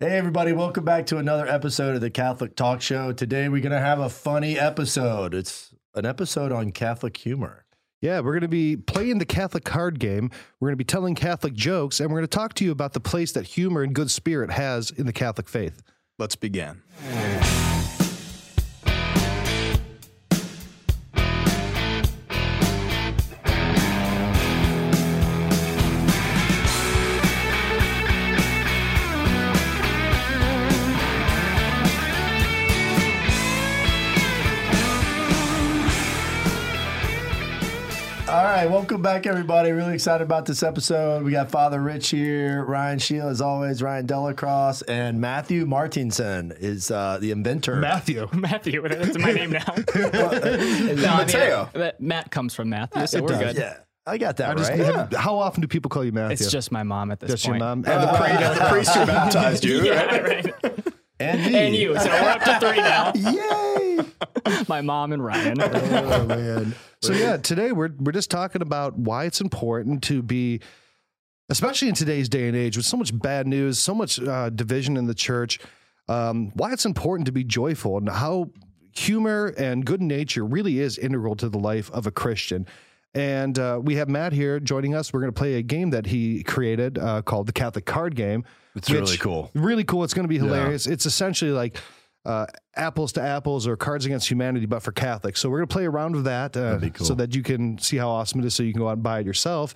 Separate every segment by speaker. Speaker 1: Hey, everybody, welcome back to another episode of the Catholic Talk Show. Today, we're going to have a funny episode. It's an episode on Catholic humor.
Speaker 2: Yeah, we're going to be playing the Catholic card game. We're going to be telling Catholic jokes, and we're going to talk to you about the place that humor and good spirit has in the Catholic faith.
Speaker 3: Let's begin.
Speaker 1: All right, welcome back, everybody. Really excited about this episode. We got Father Rich here, Ryan Shield, as always, Ryan Delacrosse, and Matthew Martinson is uh, the inventor.
Speaker 2: Matthew.
Speaker 4: Matthew. That's my name now. No, I mean,
Speaker 1: Mateo.
Speaker 4: that- Matt comes from Matthew, so
Speaker 2: It
Speaker 4: we're
Speaker 2: does,
Speaker 4: good.
Speaker 1: Yeah, I got that
Speaker 2: I just,
Speaker 1: right.
Speaker 2: How often do people call you Matthew?
Speaker 4: It's just my mom at this
Speaker 2: Just your
Speaker 4: point.
Speaker 2: mom. And
Speaker 3: The, pri- the priest who baptized you.
Speaker 4: Yeah, right.
Speaker 1: And, me.
Speaker 4: And you. So we're up to three now.
Speaker 1: Yay.
Speaker 4: My mom and Ryan.
Speaker 1: oh, man.
Speaker 2: So yeah, today we're we're just talking about why it's important to be, especially in today's day and age, with so much bad news, so much uh, division in the church, um, why it's important to be joyful and how humor and good nature really is integral to the life of a Christian. And uh, we have Matt here joining us. We're going to play a game that he created uh, called the Catholic Card Game.
Speaker 1: It's
Speaker 2: which-
Speaker 1: really cool.
Speaker 2: Really cool. It's going to be hilarious. It's essentially like uh, apples to apples or Cards Against Humanity, but for Catholics. So we're going to play around with that uh, so that you can see how awesome it is so you can go out and buy it yourself.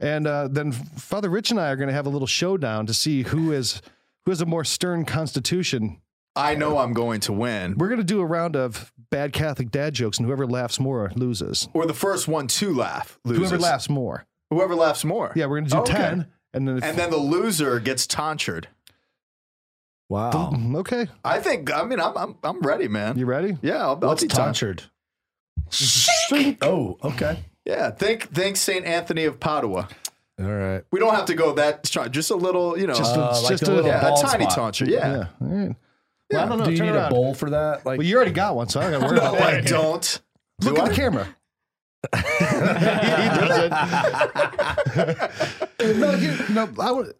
Speaker 2: And uh, then Father Rich and I are going to have a little showdown to see who is who has a more stern constitution.
Speaker 3: I know I'm going to win.
Speaker 2: We're going to do a round of bad Catholic dad jokes, and whoever laughs more loses.
Speaker 3: Or the first one to laugh loses.
Speaker 2: Whoever laughs more.
Speaker 3: Whoever laughs more.
Speaker 2: Yeah, we're going to do
Speaker 3: Okay.
Speaker 2: 10. Oh, And then, if,
Speaker 3: And then the loser gets tonsured.
Speaker 1: Wow.
Speaker 2: okay,
Speaker 3: I think. I mean, I'm I'm, I'm ready, man.
Speaker 2: you ready?
Speaker 3: yeah, I'll, I'll
Speaker 1: What's
Speaker 3: be tonsured.
Speaker 1: tonsured? oh, okay.
Speaker 3: Yeah, think think Saint Anthony of Padua.
Speaker 1: All right.
Speaker 3: We don't have to go that strong. Just a little, you know,
Speaker 2: Just a-
Speaker 1: Uh, like
Speaker 2: just
Speaker 1: the little
Speaker 3: yeah,
Speaker 1: bald
Speaker 3: a tiny
Speaker 1: spot.
Speaker 3: tonsure. Yeah.
Speaker 2: Yeah. All right.
Speaker 3: Yeah,
Speaker 2: Well, I don't know.
Speaker 1: Do you
Speaker 2: Turn
Speaker 1: need
Speaker 2: around.
Speaker 1: a bowl for that? Like,
Speaker 2: Well, you already got one, so I don't got to worry about
Speaker 3: No, I
Speaker 2: that.
Speaker 3: don't.
Speaker 2: Look
Speaker 3: Do
Speaker 2: at
Speaker 3: I?
Speaker 2: the camera. no, you, no. I would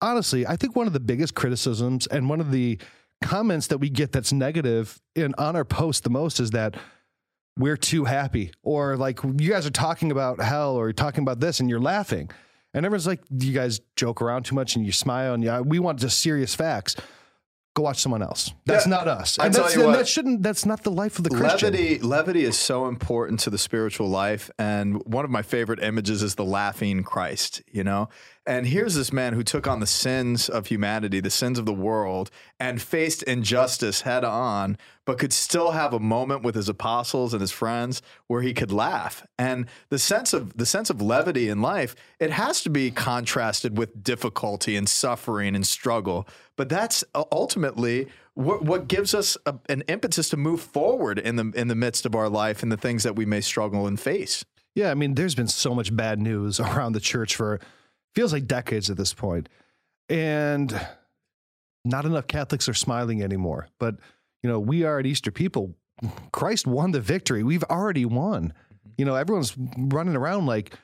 Speaker 2: honestly. I think one of the biggest criticisms and one of the comments that we get that's negative in on our post the most is that we're too happy or like you guys are talking about hell or you're talking about this and you're laughing and everyone's like you guys joke around too much and you smile and yeah we want just serious facts go watch someone else that's
Speaker 3: Yeah.
Speaker 2: not us
Speaker 3: I
Speaker 2: and
Speaker 3: tell
Speaker 2: that's,
Speaker 3: you
Speaker 2: and
Speaker 3: what.
Speaker 2: that shouldn't that's not the life of the christian
Speaker 3: Levity, levity is so important to the spiritual life, and one of my favorite images is the laughing Christ. You know, and here's this man who took on the sins of humanity, the sins of the world, and faced injustice head on, but could still have a moment with his apostles and his friends where he could laugh. And the sense of the sense of levity in life, it has to be contrasted with difficulty and suffering and struggle. But that's u- ultimately what, what gives us a, an impetus to move forward in the in the midst of our life and the things that we may struggle and face.
Speaker 2: Yeah, I mean, there's been so much bad news around the church for feels like decades at this point, and not enough Catholics are smiling anymore. But you know, we are an Easter people. Christ won the victory. We've already won. You know, everyone's running around like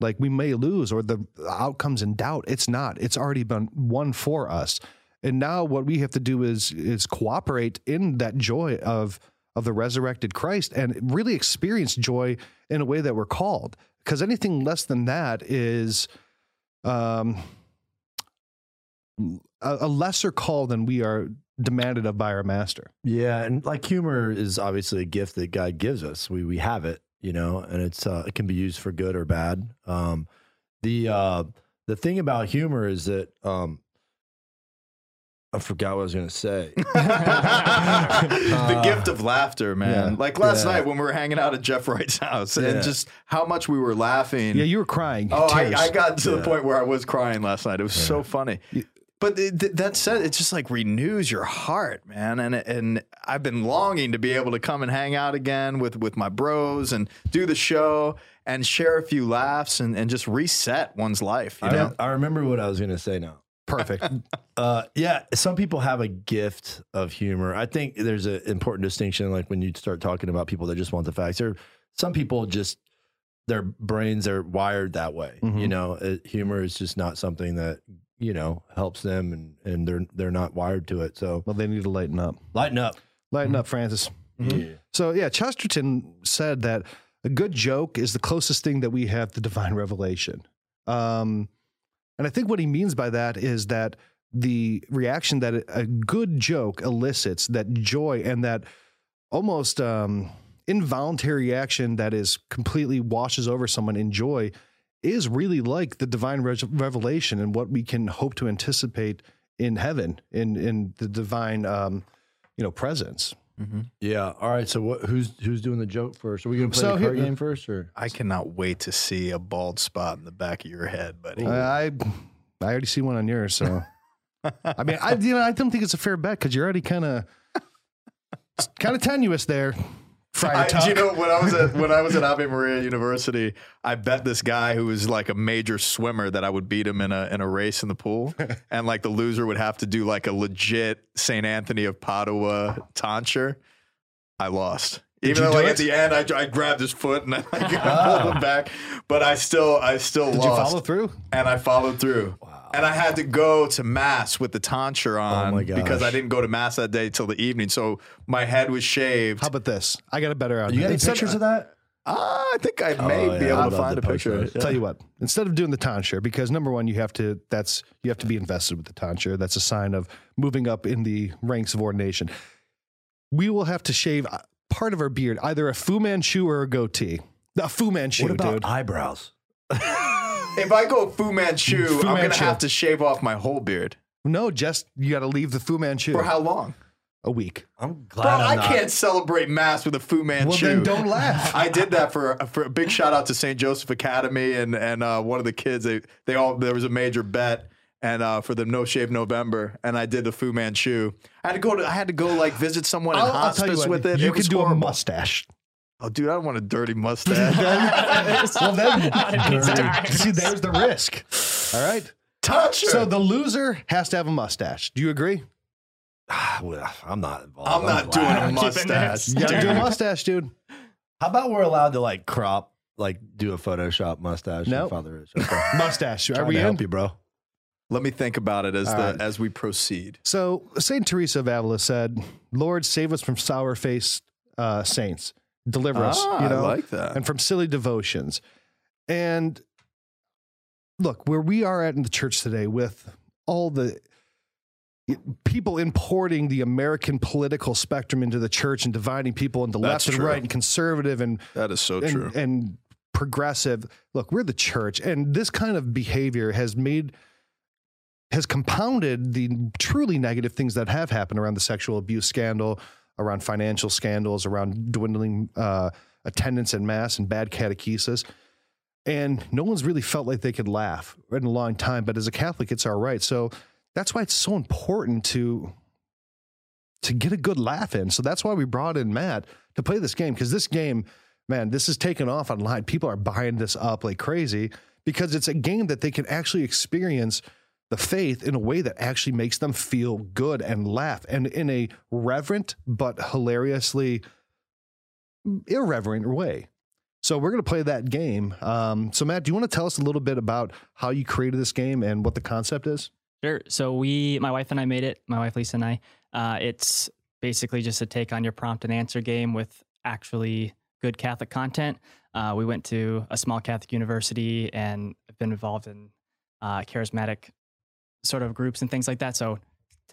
Speaker 2: like we may lose or the outcome's in doubt. It's not. It's already been won for us. And now what we have to do is is cooperate in that joy of of the resurrected Christ and really experience joy in a way that we're called. Because anything less than that is um a, a lesser call than we are demanded of by our master.
Speaker 1: yeah, and like humor is obviously a gift that God gives us. We we have it, you know, and it's uh, it can be used for good or bad. Um, the uh, the thing about humor is that um, I forgot what I was going to say.
Speaker 3: the gift of laughter, man.
Speaker 1: Uh, yeah,
Speaker 3: like last
Speaker 1: yeah.
Speaker 3: night when we were hanging out at Jeff Wright's house,
Speaker 1: Yeah.
Speaker 3: and just how much we were laughing.
Speaker 2: Yeah, you were crying.
Speaker 3: oh, I,
Speaker 2: Tears.
Speaker 3: I got to
Speaker 1: Yeah.
Speaker 3: the point where I was crying last night. It was so funny. But th- th- that said, it just like renews your heart, man. And and I've been longing to be able to come and hang out again with with my bros and do the show and share a few laughs and, and just reset one's life. You
Speaker 1: I,
Speaker 3: know?
Speaker 1: rem- I remember what I was going to say now.
Speaker 2: perfect.
Speaker 1: Uh, yeah, some people have a gift of humor. I think there's an important distinction. Like when you start talking about people that just want the facts, there some people just their brains are wired that way.
Speaker 2: Mhm.
Speaker 1: Mm-hmm. You know, uh humor is just not something that you know helps them and and they're they're not wired to it. So
Speaker 2: Well, they need to lighten up.
Speaker 1: lighten up.
Speaker 2: Lighten
Speaker 3: Mm-hmm.
Speaker 2: up, Francis.
Speaker 1: Mm-hmm.
Speaker 3: Mhm.
Speaker 2: So, yeah, Chesterton said that a good joke is the closest thing that we have to divine revelation. Um, and I think what he means by that is that the reaction that a good joke elicits, that joy and that almost um, involuntary action that is completely washes over someone in joy, is really like the divine res- revelation and what we can hope to anticipate in heaven, in in the divine, um, you know, presence.
Speaker 1: Yeah. All right. So what? Who's who's doing the joke first? Are we gonna play
Speaker 2: So
Speaker 1: the
Speaker 2: here-
Speaker 1: card game first or?
Speaker 3: I cannot wait to see a bald spot in the back of your head, buddy.
Speaker 2: I I already see one on yours, so I mean, I you know, I don't think it's a fair bet because you're already kind of kind of tenuous there. Friar
Speaker 3: I,
Speaker 2: Tuck.
Speaker 3: do you know when I was at when I was at Ave Maria University, I bet this guy who was like a major swimmer that I would beat him in a in a race in the pool, and like the loser would have to do like a legit Saint Anthony of Padua tonsure. I lost. Even
Speaker 2: you
Speaker 3: though
Speaker 2: do
Speaker 3: like
Speaker 2: it?
Speaker 3: at the end I, I grabbed his foot and I like, pulled him back, but I still I still
Speaker 2: Did you
Speaker 3: lost
Speaker 2: follow through?
Speaker 3: and I followed through. And I had to go to mass with the tonsure
Speaker 2: Oh
Speaker 3: on
Speaker 1: my gosh.
Speaker 3: because I didn't go to mass that day till the evening. So my head was shaved.
Speaker 2: How about this? I got a better out.
Speaker 1: You got any pictures of that?
Speaker 3: Ah, I think I
Speaker 2: Oh,
Speaker 3: may
Speaker 1: Oh, yeah,
Speaker 3: be
Speaker 1: I'd
Speaker 3: able
Speaker 1: love
Speaker 3: to find
Speaker 1: to
Speaker 3: a
Speaker 1: post
Speaker 3: picture.
Speaker 1: those.
Speaker 3: Yeah.
Speaker 2: Tell you what, instead of doing the tonsure, because number one, you have to that's you have to be invested with the tonsure. That's a sign of moving up in the ranks of ordination. We will have to shave uh, part of our beard, either a Fu Manchu or a goatee. A Fu Manchu,
Speaker 1: What about
Speaker 2: dude.
Speaker 1: eyebrows?
Speaker 3: If I go Fu Manchu,
Speaker 2: Fu
Speaker 3: I'm going to
Speaker 2: Manchu.
Speaker 3: have to shave off my whole beard.
Speaker 2: No, just you got to leave the Fu Manchu
Speaker 3: For how long?
Speaker 2: a week.
Speaker 1: I'm glad
Speaker 3: Bro,
Speaker 1: I'm
Speaker 3: I
Speaker 1: not.
Speaker 3: can't celebrate Mass with a Fu Manchu.
Speaker 2: Well, then don't laugh.
Speaker 3: I did that for for a big shout out to St. Joseph Academy and and uh, one of the kids. They they all there was a major bet and uh, for the No Shave November, and I did the Fu Manchu. I had to go to I had to go like visit someone in
Speaker 2: I'll, I'll tell you
Speaker 3: hospice
Speaker 2: what,
Speaker 3: with it.
Speaker 2: You
Speaker 3: It
Speaker 2: could
Speaker 3: was
Speaker 2: do a
Speaker 3: horrible.
Speaker 2: mustache.
Speaker 3: Oh, dude, I don't want a dirty mustache.
Speaker 2: Well, then,
Speaker 4: Not at these times.
Speaker 2: see, there's the risk. All right.
Speaker 3: Touch
Speaker 2: So the loser has to have a mustache. Do you agree?
Speaker 1: Ah, well, I'm not involved.
Speaker 3: I'm not doing
Speaker 1: glad.
Speaker 3: a
Speaker 4: Keeping this.
Speaker 3: mustache.
Speaker 2: You gotta do a mustache, dude.
Speaker 1: How about we're allowed to like crop, like do a Photoshop mustache?
Speaker 2: No.
Speaker 1: and Father Rich. Okay.
Speaker 2: Mustache. Are
Speaker 1: Trying
Speaker 2: we
Speaker 1: to
Speaker 2: in?
Speaker 1: help you, bro?
Speaker 3: Let me think about it as
Speaker 2: All
Speaker 3: the
Speaker 2: right.
Speaker 3: as we proceed.
Speaker 2: So Saint Teresa of Avila said, "Lord, save us from sour-faced uh, saints. Deliver us."
Speaker 3: Ah,
Speaker 2: You know,
Speaker 3: I like that.
Speaker 2: and from silly devotions. And look, where we are at in the church today with all the people importing the American political spectrum into the church and dividing people into left
Speaker 3: That's
Speaker 2: and
Speaker 3: true.
Speaker 2: right and conservative and
Speaker 3: that is so true.
Speaker 2: and, and progressive. Look, we're the church, and this kind of behavior has made has compounded the truly negative things that have happened around the sexual abuse scandal, around financial scandals, around dwindling uh, attendance in mass and bad catechesis. And no one's really felt like they could laugh in a long time. But as a Catholic, it's our right. So that's why it's so important to to get a good laugh in. So that's why we brought in Matt to play this game because this game, man, this is taking off online. People are buying this up like crazy because it's a game that they can actually experience the faith in a way that actually makes them feel good and laugh and in a reverent but hilariously irreverent way. So we're going to play that game. Um, so Matt, do you want to tell us a little bit about how you created this game and what the concept is?
Speaker 4: Sure. So we, my wife and I made it. My wife Lisa and I. Uh, it's basically just a take on your prompt and answer game with actually good Catholic content. Uh, we went to a small Catholic university and I've been involved in uh, charismatic sort of groups and things like that. So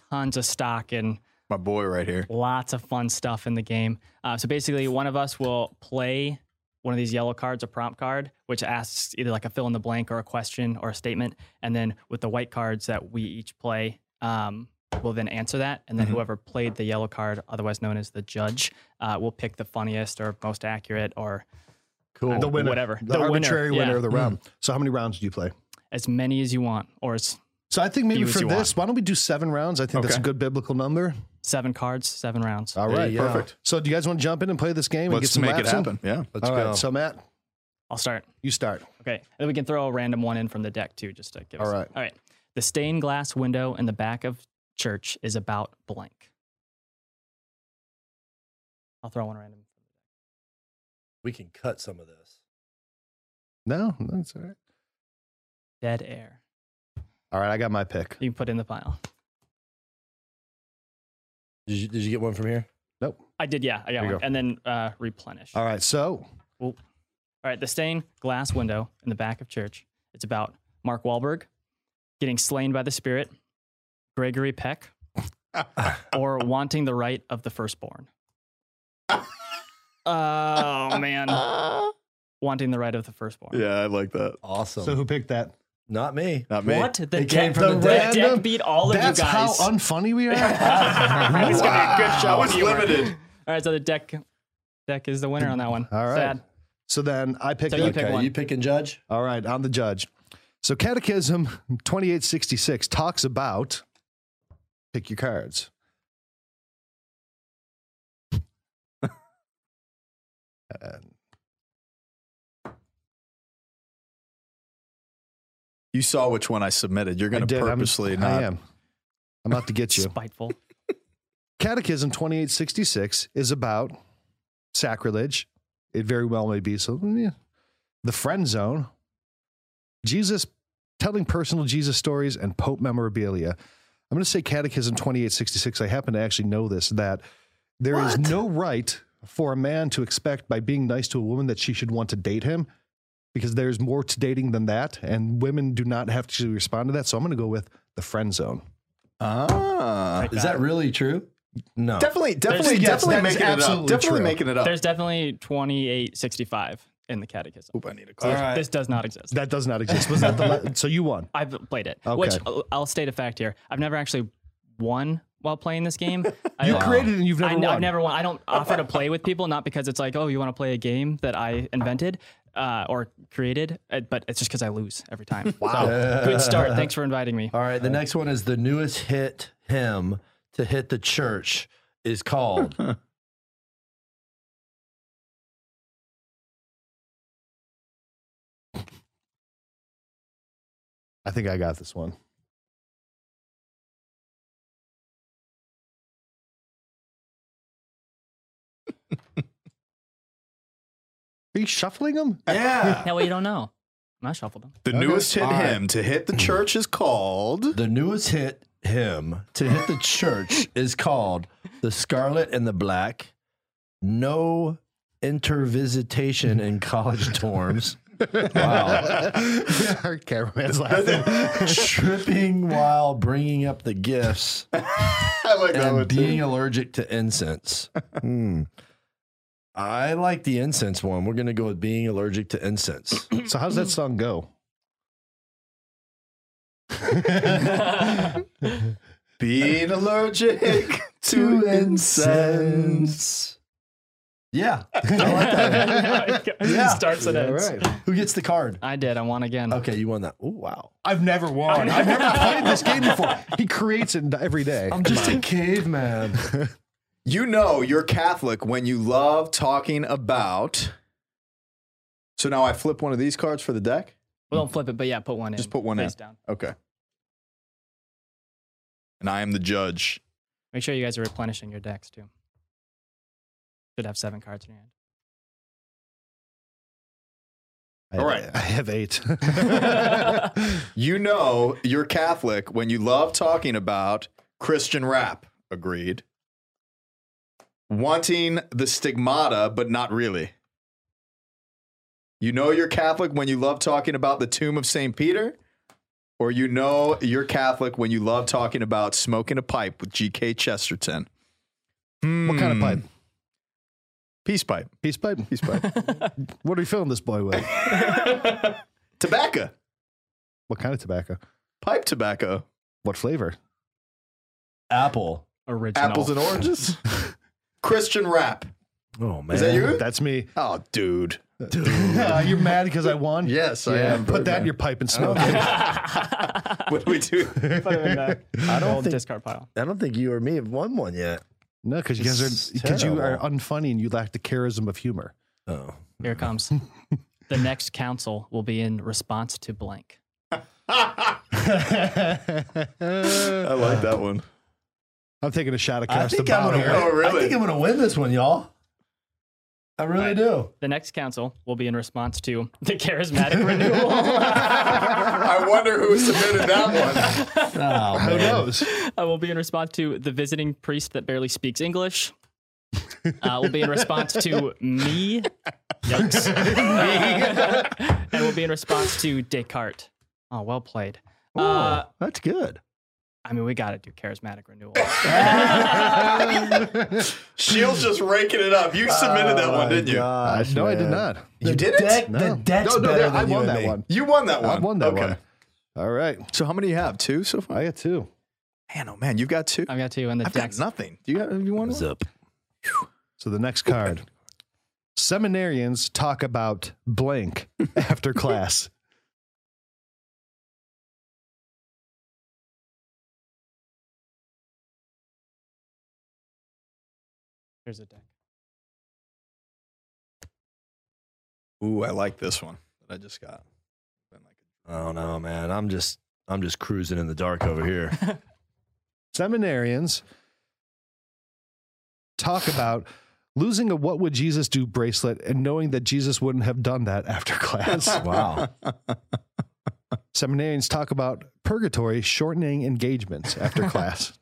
Speaker 4: tons of stock and
Speaker 3: My boy right here.
Speaker 4: lots of fun stuff in the game. Uh, so basically, one of us will play one of these yellow cards, a prompt card, which asks either like a fill in the blank or a question or a statement. And then with the white cards that we each play, um, will then answer that. And then
Speaker 2: Mm-hmm.
Speaker 4: whoever played the yellow card, otherwise known as the judge, uh, will pick the funniest or most accurate or
Speaker 1: Cool.
Speaker 4: The winner. Mm. Whatever.
Speaker 2: The, arbitrary winner,
Speaker 4: yeah.
Speaker 2: of the round. So how many rounds do you play?
Speaker 4: as many as you want, or as
Speaker 2: So I think maybe
Speaker 4: Few as
Speaker 2: for
Speaker 4: you
Speaker 2: this, why don't we do seven rounds? I think that's a
Speaker 3: Okay.
Speaker 2: good biblical number.
Speaker 4: seven cards, seven rounds.
Speaker 2: All
Speaker 1: There
Speaker 2: right,
Speaker 1: you go.
Speaker 3: Perfect.
Speaker 2: So do you guys want to jump in and play this game and get
Speaker 3: Let's
Speaker 2: some
Speaker 3: make it
Speaker 2: laughs in?
Speaker 3: happen. Yeah.
Speaker 1: Let's
Speaker 2: All
Speaker 1: go.
Speaker 2: right, so Matt,
Speaker 4: I'll start.
Speaker 2: you start.
Speaker 4: Okay. And then we can throw a random one in from the deck too, just to give
Speaker 2: All
Speaker 4: us.
Speaker 2: right.
Speaker 4: All right. The stained glass window in the back of church is about blank. I'll throw one random.
Speaker 1: we can cut some of this.
Speaker 2: No, that's all right.
Speaker 4: Dead air.
Speaker 2: All right, I got my pick.
Speaker 4: You can put in the pile.
Speaker 1: Did you, did you get one from here?
Speaker 2: Nope.
Speaker 4: I did, yeah, I got
Speaker 2: you
Speaker 4: one.
Speaker 2: go.
Speaker 4: And then uh, replenish.
Speaker 2: All right, so
Speaker 4: All right, the stained glass window in the back of church. It's about Mark Wahlberg getting slain by the Spirit, Gregory Peck, or wanting the right of the firstborn. oh man, wanting the right of the firstborn.
Speaker 3: Yeah, I like that.
Speaker 1: Awesome.
Speaker 2: so who picked that?
Speaker 1: Not me.
Speaker 3: Not me.
Speaker 4: What the
Speaker 1: It came
Speaker 4: deck-
Speaker 1: from the
Speaker 4: deck
Speaker 2: random-
Speaker 4: beat all of
Speaker 2: That's
Speaker 4: you
Speaker 2: how
Speaker 4: guys.
Speaker 2: unfunny we are.
Speaker 4: It was gonna be a good show.
Speaker 3: Wow.
Speaker 4: if you were-
Speaker 3: It's limited.
Speaker 4: All right, so the deck deck is the winner on that one.
Speaker 2: All right.
Speaker 4: Sad.
Speaker 2: so then I picked
Speaker 4: So
Speaker 2: up.
Speaker 4: you pick one.
Speaker 1: you pick and judge.
Speaker 2: All right, I'm the judge. So Catechism 2866 talks about pick your cards. And
Speaker 3: You saw which one I submitted. You're
Speaker 2: I
Speaker 3: going to
Speaker 2: did. I'm-
Speaker 3: purposely
Speaker 2: I
Speaker 3: not.
Speaker 2: am. I'm out to get you.
Speaker 4: Spiteful.
Speaker 2: Catechism 2866 is about sacrilege. It very well may be so. yeah. The friend zone, Jesus telling personal Jesus stories, and Pope memorabilia. I'm going to say Catechism 2866. I happen to actually know this that there is no right for a man to expect by being nice to a woman that she should want to date him because there's more to dating than that. And women do not have to respond to that. So I'm going to go with the friend zone.
Speaker 3: Ah.
Speaker 1: Is that really true? No.
Speaker 3: Definitely, definitely,
Speaker 2: yes,
Speaker 3: definitely
Speaker 2: that is
Speaker 3: making it up.
Speaker 2: absolutely
Speaker 3: Definitely
Speaker 2: true.
Speaker 3: making it up.
Speaker 4: There's definitely 2865 in the catechism.
Speaker 3: Oop, I need a
Speaker 4: So
Speaker 3: card.
Speaker 4: This does not exist.
Speaker 2: That does not exist. Was that the le- so you won?
Speaker 4: I've played it,
Speaker 2: Okay.
Speaker 4: which uh, I'll state a fact here. I've never actually won while playing this game. I,
Speaker 2: You created it and you've never
Speaker 4: I,
Speaker 2: won.
Speaker 4: have never won. I don't offer to play with people, not because it's like, oh, you want to play a game that I invented uh, or created, uh, but it's just because I lose every time. wow. good start. Thanks for inviting me.
Speaker 1: All right. The next one is the newest hit hymn to hit the church is called.
Speaker 2: I think I got this one. Are you shuffling them?
Speaker 3: yeah.
Speaker 4: That way you don't know. And I shuffled them.
Speaker 3: The
Speaker 2: Okay.
Speaker 3: newest hit
Speaker 1: All right.
Speaker 3: hymn to hit the church is called.
Speaker 1: the newest hit hymn to hit the church is called "The Scarlet and the Black." No intervisitation in college dorms. Wow.
Speaker 2: Our cameraman's laughing.
Speaker 1: Tripping while bringing up the gifts
Speaker 3: I like that one
Speaker 1: and
Speaker 3: too.
Speaker 1: being allergic to incense. Hmm. I like the incense one. We're going to go with being allergic to incense.
Speaker 2: so how's that song go?
Speaker 3: Being allergic to incense.
Speaker 1: Yeah.
Speaker 4: yeah. Starts and
Speaker 2: All
Speaker 4: ends.
Speaker 2: right.
Speaker 1: Who gets the card?
Speaker 4: I did. I won again.
Speaker 1: Okay, you won that. Oh, wow.
Speaker 2: I've never won. I've never played this game before. He creates it every day.
Speaker 1: just a caveman.
Speaker 3: You know you're Catholic when you love talking about. So now I flip one of these cards for the deck.
Speaker 4: Well, don't flip it, but yeah, put one in.
Speaker 3: Just put one in.
Speaker 4: face down.
Speaker 3: Okay. And I am the judge.
Speaker 4: Make sure you guys are replenishing your decks too. Should have seven cards in your hand.
Speaker 3: All right.
Speaker 2: I have eight.
Speaker 3: You know you're Catholic when you love talking about Christian rap. Agreed. Wanting the stigmata, but not really. You know you're Catholic when you love talking about the tomb of St. Peter, or you know you're Catholic when you love talking about smoking a pipe with G.K. Chesterton.
Speaker 2: What kind of
Speaker 3: Hmm.
Speaker 2: pipe?
Speaker 3: Peace pipe.
Speaker 2: Peace pipe.
Speaker 3: Peace pipe.
Speaker 2: What are you filling this boy with?
Speaker 3: tobacco.
Speaker 2: What kind of tobacco?
Speaker 3: Pipe tobacco.
Speaker 2: What flavor?
Speaker 1: Apple.
Speaker 4: Original.
Speaker 3: Apples and oranges. Christian rap.
Speaker 1: Oh, man.
Speaker 3: Is that you?
Speaker 2: That's me.
Speaker 3: Oh, dude.
Speaker 2: Uh, you're mad because I won?
Speaker 3: Yes, I am.
Speaker 2: Put that in your pipe and smoke it.
Speaker 3: What do we do?
Speaker 4: Put them in the
Speaker 1: I don't
Speaker 4: old
Speaker 1: think-
Speaker 4: discard pile.
Speaker 1: I don't think you or me have won one yet.
Speaker 2: No, because you
Speaker 1: It's
Speaker 2: guys are because you are
Speaker 1: terrible.
Speaker 2: unfunny and you lack the charisma of humor.
Speaker 1: Oh.
Speaker 4: Here it comes. the next council will be in response to blank.
Speaker 3: I like that one.
Speaker 2: I'm taking a shot of
Speaker 1: I
Speaker 2: cast
Speaker 1: think I'm
Speaker 2: about
Speaker 1: gonna
Speaker 2: here.
Speaker 1: win.
Speaker 3: Oh, really?
Speaker 1: I think I'm gonna win this one, y'all. I really do.
Speaker 4: The next council will be in response to the charismatic renewal.
Speaker 3: I wonder who submitted that one.
Speaker 1: Oh,
Speaker 2: Who
Speaker 1: man.
Speaker 2: knows?
Speaker 4: Uh, we'll be in response to the visiting priest that barely speaks English. Uh, we'll be in response to me. Yikes. and we'll be in response to Descartes. Oh, well played. Uh,
Speaker 1: That's good.
Speaker 4: I mean, we got to do charismatic renewal.
Speaker 3: Shield's just raking it up. You submitted that one, didn't you?
Speaker 2: Uh, no, I did not.
Speaker 3: You did it?
Speaker 2: No. no, no, I won that one.
Speaker 3: You won that one.
Speaker 2: I won that one. All right.
Speaker 3: So how many you have? Two so far?
Speaker 2: I got two.
Speaker 3: Man, oh man, you've got two.
Speaker 4: I've got two in the
Speaker 3: I've got
Speaker 4: deck.
Speaker 3: nothing. Do you have you want one?
Speaker 1: Zip.
Speaker 2: So the next card. Seminarians talk about blank after class.
Speaker 4: Here's a deck.
Speaker 3: Ooh, I like this one that I just got. Been like-
Speaker 1: I don't know, man. I'm just I'm just cruising in the dark over here.
Speaker 2: Seminarians talk about losing a what would Jesus do bracelet and knowing that Jesus wouldn't have done that after class.
Speaker 1: Wow.
Speaker 2: Seminarians talk about purgatory shortening engagements after class.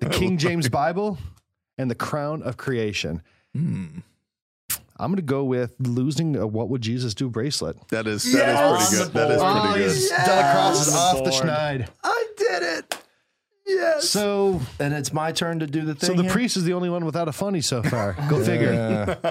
Speaker 2: The King James Bible and the crown of creation.
Speaker 3: Hmm.
Speaker 2: I'm going to go with losing a what would Jesus do bracelet.
Speaker 3: That is
Speaker 1: Yes!
Speaker 3: that is pretty good. That is
Speaker 1: Oh,
Speaker 3: pretty good.
Speaker 1: yes.
Speaker 2: Delacrosse is
Speaker 4: On
Speaker 2: off
Speaker 4: the
Speaker 2: the
Speaker 4: board.
Speaker 2: schneid.
Speaker 3: I did it. Yes.
Speaker 2: So,
Speaker 1: and it's my turn to do the
Speaker 2: so
Speaker 1: thing.
Speaker 2: the
Speaker 1: here?
Speaker 2: priest is the only one without a funny so far. Go figure.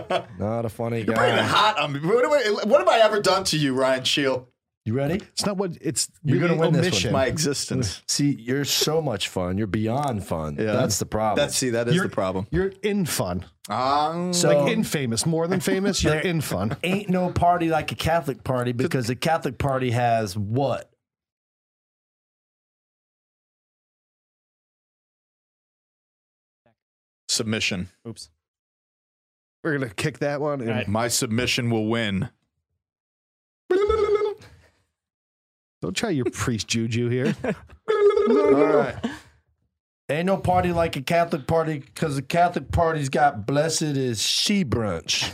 Speaker 1: Yeah. not a funny
Speaker 3: Bringing it
Speaker 1: guy.
Speaker 3: hot on me. What, am I- what have I ever done to you, Ryan Shield?
Speaker 1: You ready?
Speaker 2: It's not what it's.
Speaker 1: You're
Speaker 2: really
Speaker 1: gonna win this one.
Speaker 2: omission.
Speaker 3: My existence.
Speaker 1: See, you're so much fun. You're beyond fun.
Speaker 3: Yeah.
Speaker 1: That's the problem.
Speaker 3: That's see, that is
Speaker 2: You're-
Speaker 3: the problem.
Speaker 2: You're in fun,
Speaker 3: Um,
Speaker 1: so
Speaker 2: like in famous, more than famous. You're in fun.
Speaker 1: ain't no party like a Catholic party because the Catholic party has what?
Speaker 3: submission.
Speaker 4: Oops.
Speaker 2: We're gonna kick that one. and-
Speaker 4: All right.
Speaker 3: My submission will win.
Speaker 2: Don't try your priest juju here.
Speaker 1: All right. Ain't no party like a Catholic party because the Catholic party's got blessed is she brunch.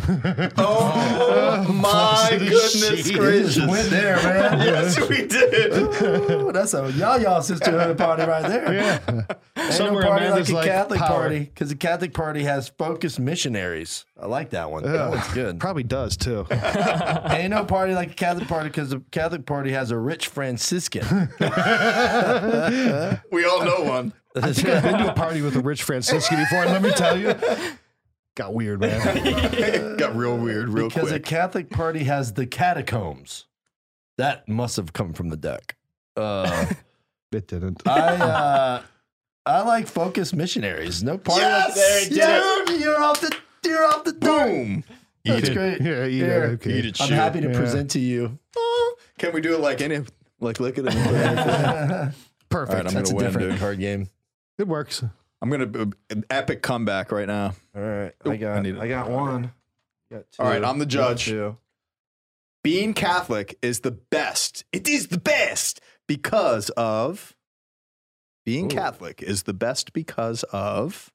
Speaker 3: Oh my goodness gracious.
Speaker 1: Just went there, man.
Speaker 3: Yes, we did.
Speaker 1: Ooh, that's a y'all y'all sisterhood party right there.
Speaker 2: yeah.
Speaker 1: Ain't
Speaker 2: Somewhere
Speaker 1: no party like
Speaker 2: Amanda's
Speaker 1: a
Speaker 2: like,
Speaker 1: Catholic
Speaker 2: "Power."
Speaker 1: party because the Catholic party has focused missionaries. I like that one. That one's good.
Speaker 2: Probably does too.
Speaker 1: Ain't no party like a Catholic party because the Catholic party has a rich Franciscan.
Speaker 3: We all know one.
Speaker 2: I've been to a party with a rich Franciscan before, and let me tell you, got weird, man.
Speaker 3: Got real weird real
Speaker 1: because the
Speaker 3: quick.
Speaker 1: Catholic party has the catacombs. That must have come from the deck. Uh,
Speaker 2: It didn't.
Speaker 1: I uh, I like focused missionaries. No party
Speaker 3: Yes,
Speaker 1: like there. Dude,
Speaker 3: yes.
Speaker 1: you're off the you're off the door.
Speaker 3: Boom.
Speaker 1: That's great.
Speaker 2: Yeah, eat
Speaker 1: Here.
Speaker 2: it. Okay.
Speaker 3: Eat it,
Speaker 1: I'm
Speaker 3: shit.
Speaker 1: happy to
Speaker 2: Yeah.
Speaker 1: present to you.
Speaker 3: Oh, Can we do it like any like look at it? All right,
Speaker 2: Perfect.
Speaker 3: I'm
Speaker 1: That's a
Speaker 3: gonna win,
Speaker 1: different
Speaker 3: dude.
Speaker 1: card game.
Speaker 2: it works.
Speaker 3: I'm gonna an epic comeback right now.
Speaker 1: All right, I got
Speaker 3: need it.
Speaker 1: I got one. Got two.
Speaker 3: All right, I'm the judge.
Speaker 1: Got two.
Speaker 3: Being Catholic is the best. It is the best because of being Catholic is the best because of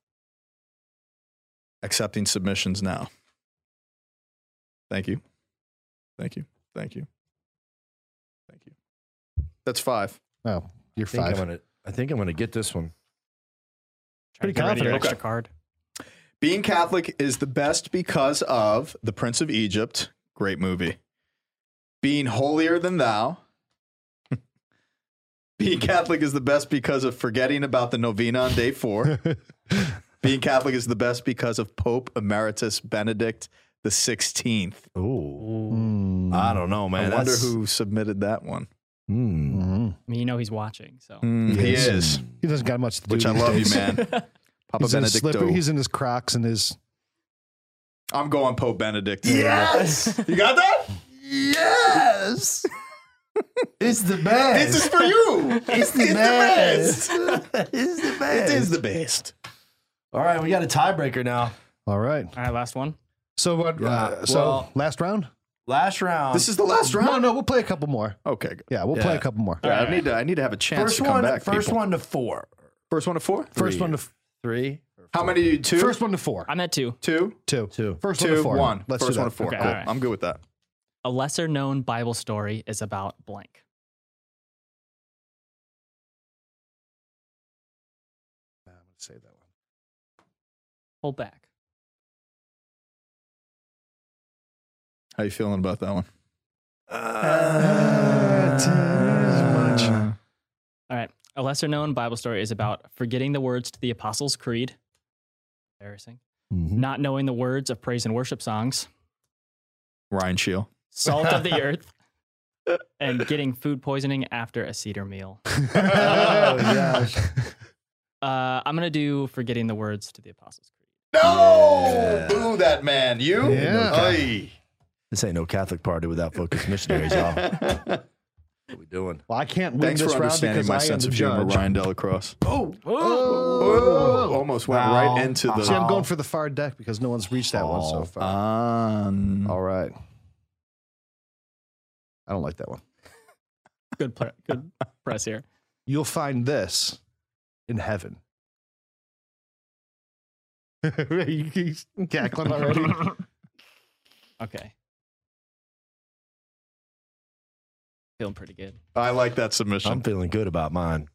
Speaker 3: accepting submissions now. Thank you. Thank you. Thank you. Thank you. That's five.
Speaker 2: Oh, you're
Speaker 1: I think I'm
Speaker 2: five.
Speaker 1: gonna. I think I'm gonna get this one.
Speaker 4: Try to
Speaker 2: Pretty
Speaker 4: get rid of your
Speaker 2: confident.
Speaker 4: Extra
Speaker 3: Okay.
Speaker 4: card.
Speaker 3: Being Catholic is the best because of The Prince of Egypt, great movie. Being holier than thou. Being Catholic is the best because of forgetting about the novena on day four. Being Catholic is the best because of Pope Emeritus Benedict the Sixteenth.
Speaker 1: Ooh,
Speaker 2: Mm.
Speaker 1: I don't know,
Speaker 3: I
Speaker 1: man.
Speaker 3: wonder
Speaker 1: That's-
Speaker 3: who submitted that one.
Speaker 1: Hmm.
Speaker 2: Mhm.
Speaker 4: I mean, you know he's watching, so.
Speaker 3: He
Speaker 2: Yes.
Speaker 3: is,
Speaker 2: He doesn't got much to do.
Speaker 3: which I
Speaker 2: these
Speaker 3: love you,
Speaker 2: days.
Speaker 3: man. Papa
Speaker 2: He's in, his slipper,
Speaker 3: Benedicto.
Speaker 2: he's in his Crocs and his.
Speaker 3: I'm going Pope Benedict.
Speaker 1: Yes,
Speaker 3: you got that?
Speaker 1: yes. it's the best.
Speaker 3: This is for you.
Speaker 1: It's the best. it's the best.
Speaker 3: It is the best.
Speaker 1: All right, we got a tiebreaker now.
Speaker 2: All right.
Speaker 4: All right, last one.
Speaker 2: So what?
Speaker 1: Yeah,
Speaker 2: Uh, so
Speaker 1: well-
Speaker 2: last round? Oh,
Speaker 1: Last round.
Speaker 3: This is the last round.
Speaker 2: No, no. We'll play a couple more.
Speaker 3: Um, Okay. Good.
Speaker 2: Yeah, we'll play
Speaker 1: Yeah.
Speaker 2: a couple more.
Speaker 3: Yeah, I need to. I need to have a chance
Speaker 1: first
Speaker 3: to come
Speaker 1: one.
Speaker 3: back.
Speaker 1: first
Speaker 3: people.
Speaker 1: one to four.
Speaker 3: First one to four.
Speaker 2: First one to.
Speaker 1: Three.
Speaker 3: How many do you two?
Speaker 2: First one to four.
Speaker 4: I'm at two.
Speaker 3: two,
Speaker 2: Two.
Speaker 1: Two.
Speaker 2: First one
Speaker 3: two,
Speaker 2: to 4
Speaker 3: one.
Speaker 2: Let's do
Speaker 3: First
Speaker 2: that.
Speaker 3: one to four.
Speaker 4: Okay,
Speaker 3: cool.
Speaker 4: all right.
Speaker 3: I'm good with that.
Speaker 4: A lesser known Bible story is about blank.
Speaker 2: Nah, I'm gonna save that one.
Speaker 4: Hold back.
Speaker 3: How you feeling about that one? Uh,
Speaker 4: All right. A lesser known Bible story is about forgetting the words to the Apostles' Creed. Embarrassing.
Speaker 2: Mm-hmm.
Speaker 1: Mhm.
Speaker 4: Not knowing the words of praise and worship songs.
Speaker 3: Ryan Shield.
Speaker 4: Salt of the earth. And getting food poisoning after a cedar meal.
Speaker 1: Oh, gosh.
Speaker 4: Uh, I'm gonna do forgetting the words to the Apostles' Creed.
Speaker 3: No, boo that man. You.
Speaker 2: Yeah.
Speaker 3: Ay.
Speaker 1: This ain't no Catholic party without focused missionaries. y'all. what are we doing?
Speaker 2: Well, I can't win
Speaker 3: Thanks
Speaker 2: this
Speaker 3: for
Speaker 2: round
Speaker 3: understanding
Speaker 2: because
Speaker 3: my
Speaker 2: I am
Speaker 3: sense
Speaker 2: the
Speaker 3: of humor,
Speaker 2: judge.
Speaker 3: Ryan Delacrosse.
Speaker 2: Oh,
Speaker 3: Oh, almost went right into the.
Speaker 2: See, I'm going for the far deck because no one's reached that one so far.
Speaker 3: Um,
Speaker 2: All right. I don't like that one.
Speaker 4: Good, pl- good press here.
Speaker 2: You'll find this in heaven. You- He's cackling already.
Speaker 4: Okay. Feeling pretty good.
Speaker 3: I like that submission.
Speaker 1: I'm
Speaker 3: I'm,
Speaker 1: feeling good about mine.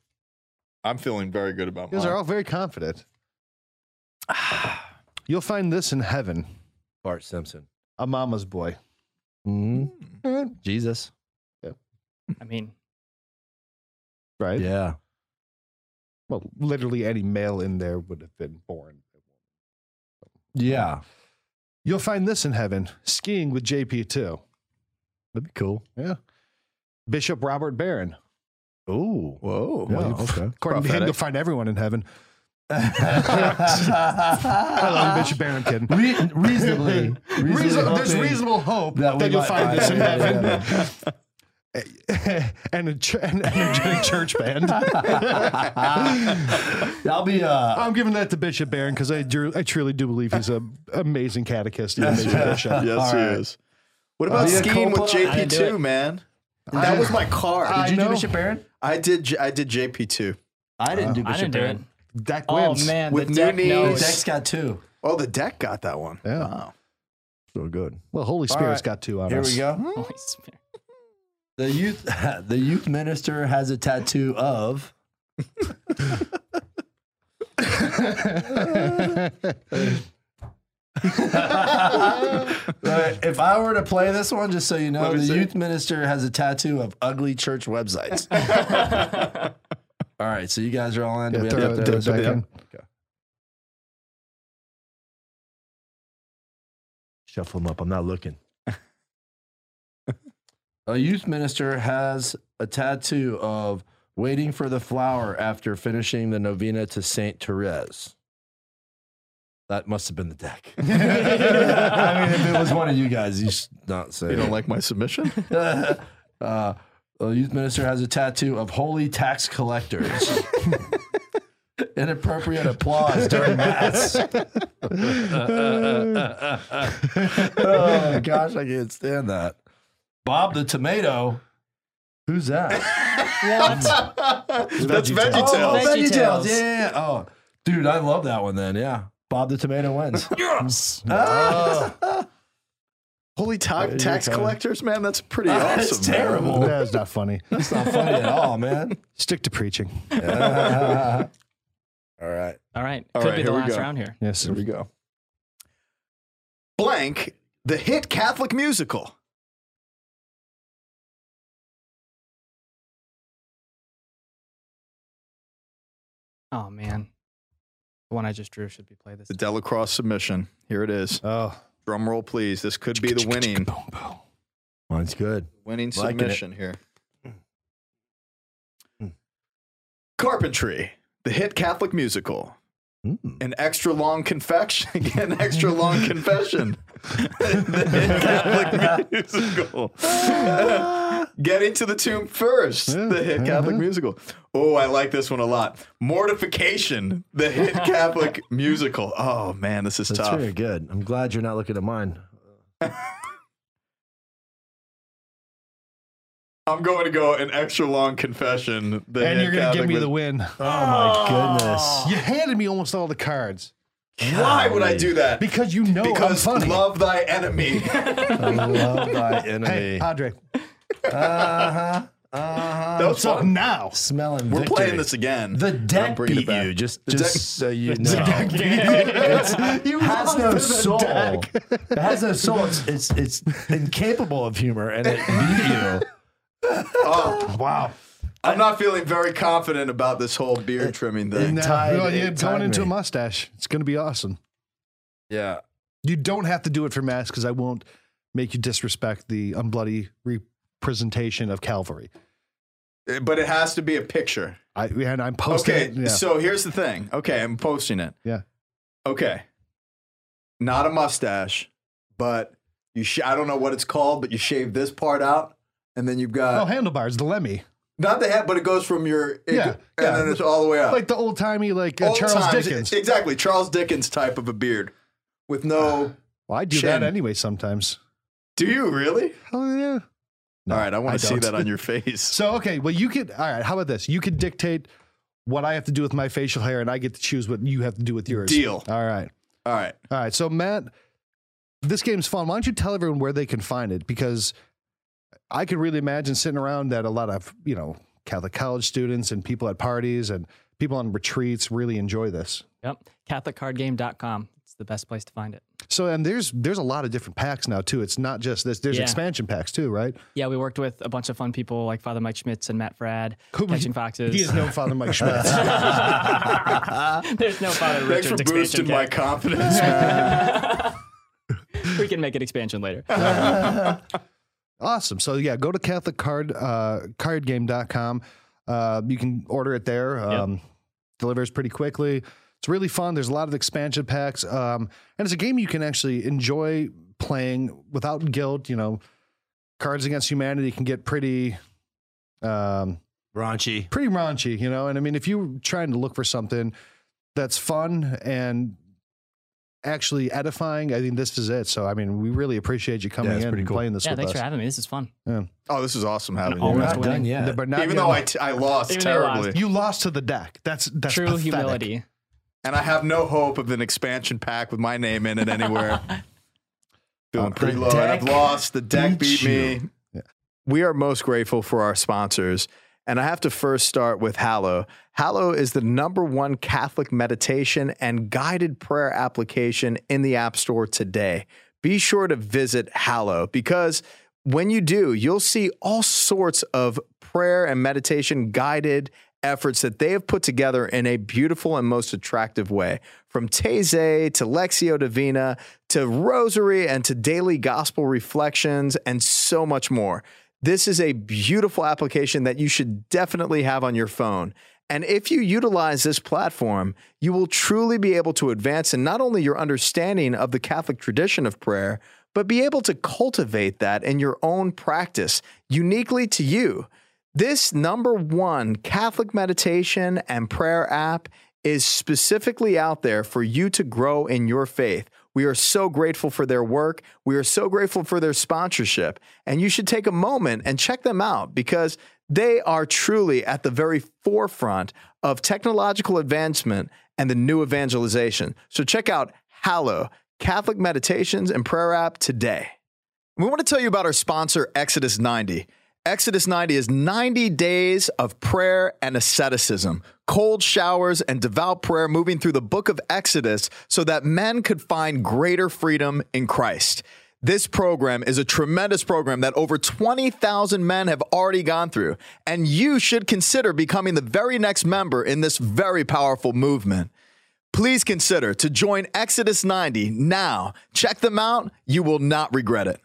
Speaker 3: feeling very good about
Speaker 2: You guys
Speaker 3: mine.
Speaker 2: are all very confident. You'll find this in heaven,
Speaker 1: Bart Simpson.
Speaker 2: a mama's boy.
Speaker 1: Mhm.
Speaker 2: Eh,
Speaker 1: Jesus.
Speaker 4: I mean,
Speaker 2: Right?
Speaker 1: Yeah.
Speaker 2: Well, literally any male in there would have been born.
Speaker 1: Yeah.
Speaker 2: You'll find this in heaven, skiing with JP too.
Speaker 1: That'd be cool.
Speaker 2: Bishop Robert Barron.
Speaker 1: Ooh.
Speaker 3: Whoa.
Speaker 1: Yeah,
Speaker 2: Well,
Speaker 1: Oh, okay.
Speaker 2: According to him,
Speaker 3: Prophetic.
Speaker 2: you'll find everyone in heaven. I love you, Bishop Barron. I'm kidding.
Speaker 1: Re- reasonably.
Speaker 2: Reason-
Speaker 1: reasonably
Speaker 2: there's
Speaker 1: hoping
Speaker 2: reasonable hope
Speaker 1: that
Speaker 2: that,
Speaker 1: we
Speaker 2: you'll
Speaker 1: might
Speaker 2: find
Speaker 1: find
Speaker 2: this in
Speaker 1: it.
Speaker 2: heaven.
Speaker 1: Yeah.
Speaker 2: and, a ch- and, and a church band.
Speaker 1: I'll be uh
Speaker 2: I'm giving that to Bishop Barron because I, do- I truly do believe he's an amazing catechist. and amazing bishop.
Speaker 3: Yes,
Speaker 1: All
Speaker 3: he
Speaker 1: right.
Speaker 3: is. What about
Speaker 1: Mea
Speaker 3: skiing with
Speaker 1: culpa. I
Speaker 4: didn't do
Speaker 3: JP2,
Speaker 4: it.
Speaker 3: man? That was my car.
Speaker 2: I
Speaker 1: Did you do
Speaker 2: know.
Speaker 1: Bishop Barron?
Speaker 3: I did. J- I did JP2.
Speaker 1: I didn't do
Speaker 4: I didn't do it.
Speaker 2: Deck
Speaker 4: Oh
Speaker 2: wins.
Speaker 4: man,
Speaker 3: With
Speaker 4: the
Speaker 3: new
Speaker 4: deck
Speaker 3: knees.
Speaker 1: The
Speaker 4: knows.
Speaker 1: deck's got two.
Speaker 3: Oh, the deck got that one.
Speaker 2: Yeah.
Speaker 3: Wow.
Speaker 1: So good.
Speaker 2: Well, Holy Spirit's
Speaker 1: right.
Speaker 2: got two on
Speaker 1: Here
Speaker 2: us.
Speaker 1: we go.
Speaker 4: Holy Spirit.
Speaker 1: The youth the youth minister has a tattoo of Uh, if I were to play this one, just so you know,
Speaker 3: Let me
Speaker 1: the
Speaker 3: see.
Speaker 1: youth minister has a tattoo of ugly church websites. all right, so you guys are all in. Do
Speaker 2: Yeah,
Speaker 1: we have
Speaker 2: throw
Speaker 1: to
Speaker 2: it-
Speaker 1: throw
Speaker 2: throw
Speaker 1: this
Speaker 2: it
Speaker 1: back
Speaker 2: back
Speaker 1: in?
Speaker 2: in.
Speaker 1: Shuffle them up. I'm not looking. a youth minister has a tattoo of waiting for the flower after finishing the novena to Saint Therese. That must have been the deck. I mean, if it was one of you guys, you should not say.
Speaker 3: You
Speaker 1: it.
Speaker 3: don't like my submission?
Speaker 1: uh, a youth minister has a tattoo of holy tax collectors. Inappropriate applause during mass. oh gosh, I can't stand that. Bob the tomato. Who's that?
Speaker 3: That's Veggie
Speaker 1: oh,
Speaker 3: Tales.
Speaker 1: Veggie Tales.
Speaker 4: VeggieTales.
Speaker 1: Yeah, yeah, yeah. Oh, dude, I love that one. Then, yeah. Bob the tomato wins.
Speaker 4: Yes.
Speaker 1: Ah,
Speaker 3: Holy ta-
Speaker 1: you're
Speaker 3: tax
Speaker 1: kinda-
Speaker 3: collectors, man. That's pretty awesome.
Speaker 1: That's
Speaker 3: man.
Speaker 1: terrible.
Speaker 2: That's not funny.
Speaker 1: That's not funny at all, man.
Speaker 2: Stick to preaching.
Speaker 1: all right.
Speaker 4: All right.
Speaker 3: All
Speaker 4: Could
Speaker 3: right,
Speaker 4: be the
Speaker 3: here we
Speaker 4: last
Speaker 3: go.
Speaker 4: round here.
Speaker 2: Yes.
Speaker 3: Here we go. Blank, the hit Catholic musical.
Speaker 4: Oh man. The one I just drew should be played this.
Speaker 3: The Delacrosse submission. Here it is.
Speaker 2: Oh.
Speaker 3: Drum roll, please. This could be the winning
Speaker 1: Mine's good.
Speaker 3: winning
Speaker 1: Liking it.
Speaker 3: submission here. Carpentry, the hit Catholic musical.
Speaker 1: Mm.
Speaker 3: An extra long confection. Again, extra long confession. the hit Catholic musical. Getting to the tomb first. The hit Catholic musical. Oh, I like this one a lot. Mortification, the hit Catholic musical. Oh man, this is
Speaker 1: That's
Speaker 3: tough.
Speaker 1: very good. I'm glad you're not looking at mine.
Speaker 3: I'm going to go an extra long confession. The
Speaker 2: And
Speaker 3: hit
Speaker 2: you're going to
Speaker 3: Catholic
Speaker 2: give me Oh,
Speaker 3: mus-
Speaker 1: Ah.
Speaker 2: the win.
Speaker 1: Oh my goodness.
Speaker 2: You handed me almost all the cards.
Speaker 3: Why would I do that?
Speaker 2: Because you know
Speaker 3: Because
Speaker 2: I'm funny.
Speaker 3: love thy enemy.
Speaker 1: I love thy
Speaker 2: hey,
Speaker 1: enemy.
Speaker 2: Padre,
Speaker 1: uh-huh. Uh-huh.
Speaker 3: That was
Speaker 2: what's up
Speaker 3: fun.
Speaker 2: now?
Speaker 1: Smelling
Speaker 3: We're
Speaker 1: victory.
Speaker 3: playing this again.
Speaker 1: The
Speaker 3: and I'm
Speaker 1: deck
Speaker 3: bringing it
Speaker 1: beat
Speaker 3: back.
Speaker 1: you. Just,
Speaker 3: The
Speaker 1: just
Speaker 3: deck-
Speaker 1: so you know.
Speaker 2: You
Speaker 1: has
Speaker 2: lost
Speaker 1: no
Speaker 2: to the
Speaker 1: soul.
Speaker 2: deck.
Speaker 1: It has no soul. It's, it's it's incapable of humor, and it beat
Speaker 3: Oh,
Speaker 1: you. Wow.
Speaker 3: I'm not feeling very confident about this whole
Speaker 2: Uh,
Speaker 3: beard trimming thing.
Speaker 1: No. tied-
Speaker 2: well,
Speaker 1: it
Speaker 2: you're
Speaker 1: tied
Speaker 2: going into
Speaker 1: me.
Speaker 2: a mustache. It's going to be awesome.
Speaker 3: Yeah.
Speaker 2: You don't have to do it for mass because I won't make you disrespect the unbloody representation of Calvary.
Speaker 3: Uh, But it has to be a picture.
Speaker 2: I and I'm posting.
Speaker 3: Okay.
Speaker 2: it- yeah.
Speaker 3: So here's the thing. Okay. I'm posting it.
Speaker 2: Yeah.
Speaker 3: Okay. Not a mustache, but you, sh- I don't know what it's called, but you shave this part out and then you've
Speaker 2: oh,
Speaker 3: got,
Speaker 2: handlebars, the Lemmy,
Speaker 3: not the head, but it goes from your, it
Speaker 2: Yeah,
Speaker 3: go- and
Speaker 2: yeah.
Speaker 3: then it's all the way up.
Speaker 2: like the old timey, like uh,
Speaker 3: Old
Speaker 2: Charles
Speaker 3: times,
Speaker 2: Dickens.
Speaker 3: Exactly. Charles Dickens type of a beard with no.
Speaker 2: well, I do
Speaker 3: Chin.
Speaker 2: that anyway sometimes.
Speaker 3: Do you really?
Speaker 2: Oh yeah. No,
Speaker 3: all right. I want to see
Speaker 2: don't.
Speaker 3: that on your face.
Speaker 2: So okay, well you could. All right, how about this? You could dictate what I have to do with my facial hair, and I get to choose what you have to do with yours.
Speaker 3: Deal.
Speaker 2: All right.
Speaker 3: All right.
Speaker 2: All right. So, Matt, this game's fun. Why don't you tell everyone where they can find it? Because I could really imagine sitting around that a lot of, you know, Catholic college students and people at parties and people on retreats really enjoy this.
Speaker 4: Yep. CatholicCardGame.com. It's the best place to find it.
Speaker 2: So, and there's there's a lot of different packs now too. It's not just this. There's
Speaker 4: Yeah.
Speaker 2: expansion packs too, right?
Speaker 4: Yeah, we worked with a bunch of fun people like Father Mike Schmitz and Matt Frad,
Speaker 2: Who-
Speaker 4: Catching
Speaker 2: He is
Speaker 4: Foxes.
Speaker 2: no Father Mike Schmitz.
Speaker 4: There's no Father
Speaker 3: Thanks
Speaker 4: Richards
Speaker 3: for
Speaker 4: expansion.
Speaker 3: boosting my
Speaker 4: kit.
Speaker 3: confidence, man.
Speaker 4: we can make an expansion later.
Speaker 2: Awesome. So yeah, go to Catholic card, uh, cardgame.com. Uh, you can order it there. Um, Delivers pretty quickly. It's really fun. There's a lot of expansion packs. Um, and it's a game you can actually enjoy playing without guilt. You know, Cards Against Humanity can get pretty, um,
Speaker 1: Raunchy.
Speaker 2: pretty raunchy, you know? And I mean, if you're trying to look for something that's fun and actually edifying, I think this is it. So, I mean, we really appreciate you coming
Speaker 1: Yeah, it's
Speaker 2: in
Speaker 1: pretty
Speaker 2: and
Speaker 1: cool.
Speaker 2: playing this
Speaker 4: yeah,
Speaker 2: with
Speaker 4: thanks
Speaker 2: us.
Speaker 4: for having me. This is fun.
Speaker 3: Oh, this is awesome having
Speaker 4: Oh,
Speaker 3: you.
Speaker 4: Almost
Speaker 3: man.
Speaker 4: that's
Speaker 1: not done
Speaker 4: winning.
Speaker 1: yet.
Speaker 2: But not
Speaker 3: Even
Speaker 2: yet.
Speaker 3: though I, t- I lost
Speaker 4: Even though you
Speaker 3: terribly,
Speaker 2: you lost to the deck. That's that's
Speaker 4: True
Speaker 2: pathetic.
Speaker 4: humility.
Speaker 3: and I have no hope of an expansion pack with my name in it anywhere. Feeling pretty
Speaker 1: the
Speaker 3: low, and I've
Speaker 1: deck
Speaker 3: lost. The Uh, deck beat
Speaker 1: beat
Speaker 3: me.
Speaker 1: you.
Speaker 3: We are most grateful for our sponsors. And I have to first start with Hallow. Hallow is the number one Catholic meditation and guided prayer application in the App Store today. Be sure to visit Hallow because when you do, you'll see all sorts of prayer and meditation guided efforts that they have put together in a beautiful and most attractive way. From Teze to Lexio Divina to Rosary and to daily gospel reflections and so much more. This is a beautiful application that you should definitely have on your phone. And if you utilize this platform, you will truly be able to advance in not only your understanding of the Catholic tradition of prayer, but be able to cultivate that in your own practice uniquely to you. This number one Catholic meditation and prayer app is specifically out there for you to grow in your faith. We are so grateful for their work. We are so grateful for their sponsorship. And you should take a moment and check them out because they are truly at the very forefront of technological advancement and the new evangelization. So check out Hallow, Catholic Meditations and Prayer App today. We want to tell you about our sponsor, Exodus 90. Exodus 90 is 90 days of prayer and asceticism, cold showers, and devout prayer moving through the book of Exodus so that men could find greater freedom in Christ. This program is a tremendous program that over 20,000 men have already gone through, and you should consider becoming the very next member in this very powerful movement. Please consider to join Exodus 90 now. Check them out. You will not regret it.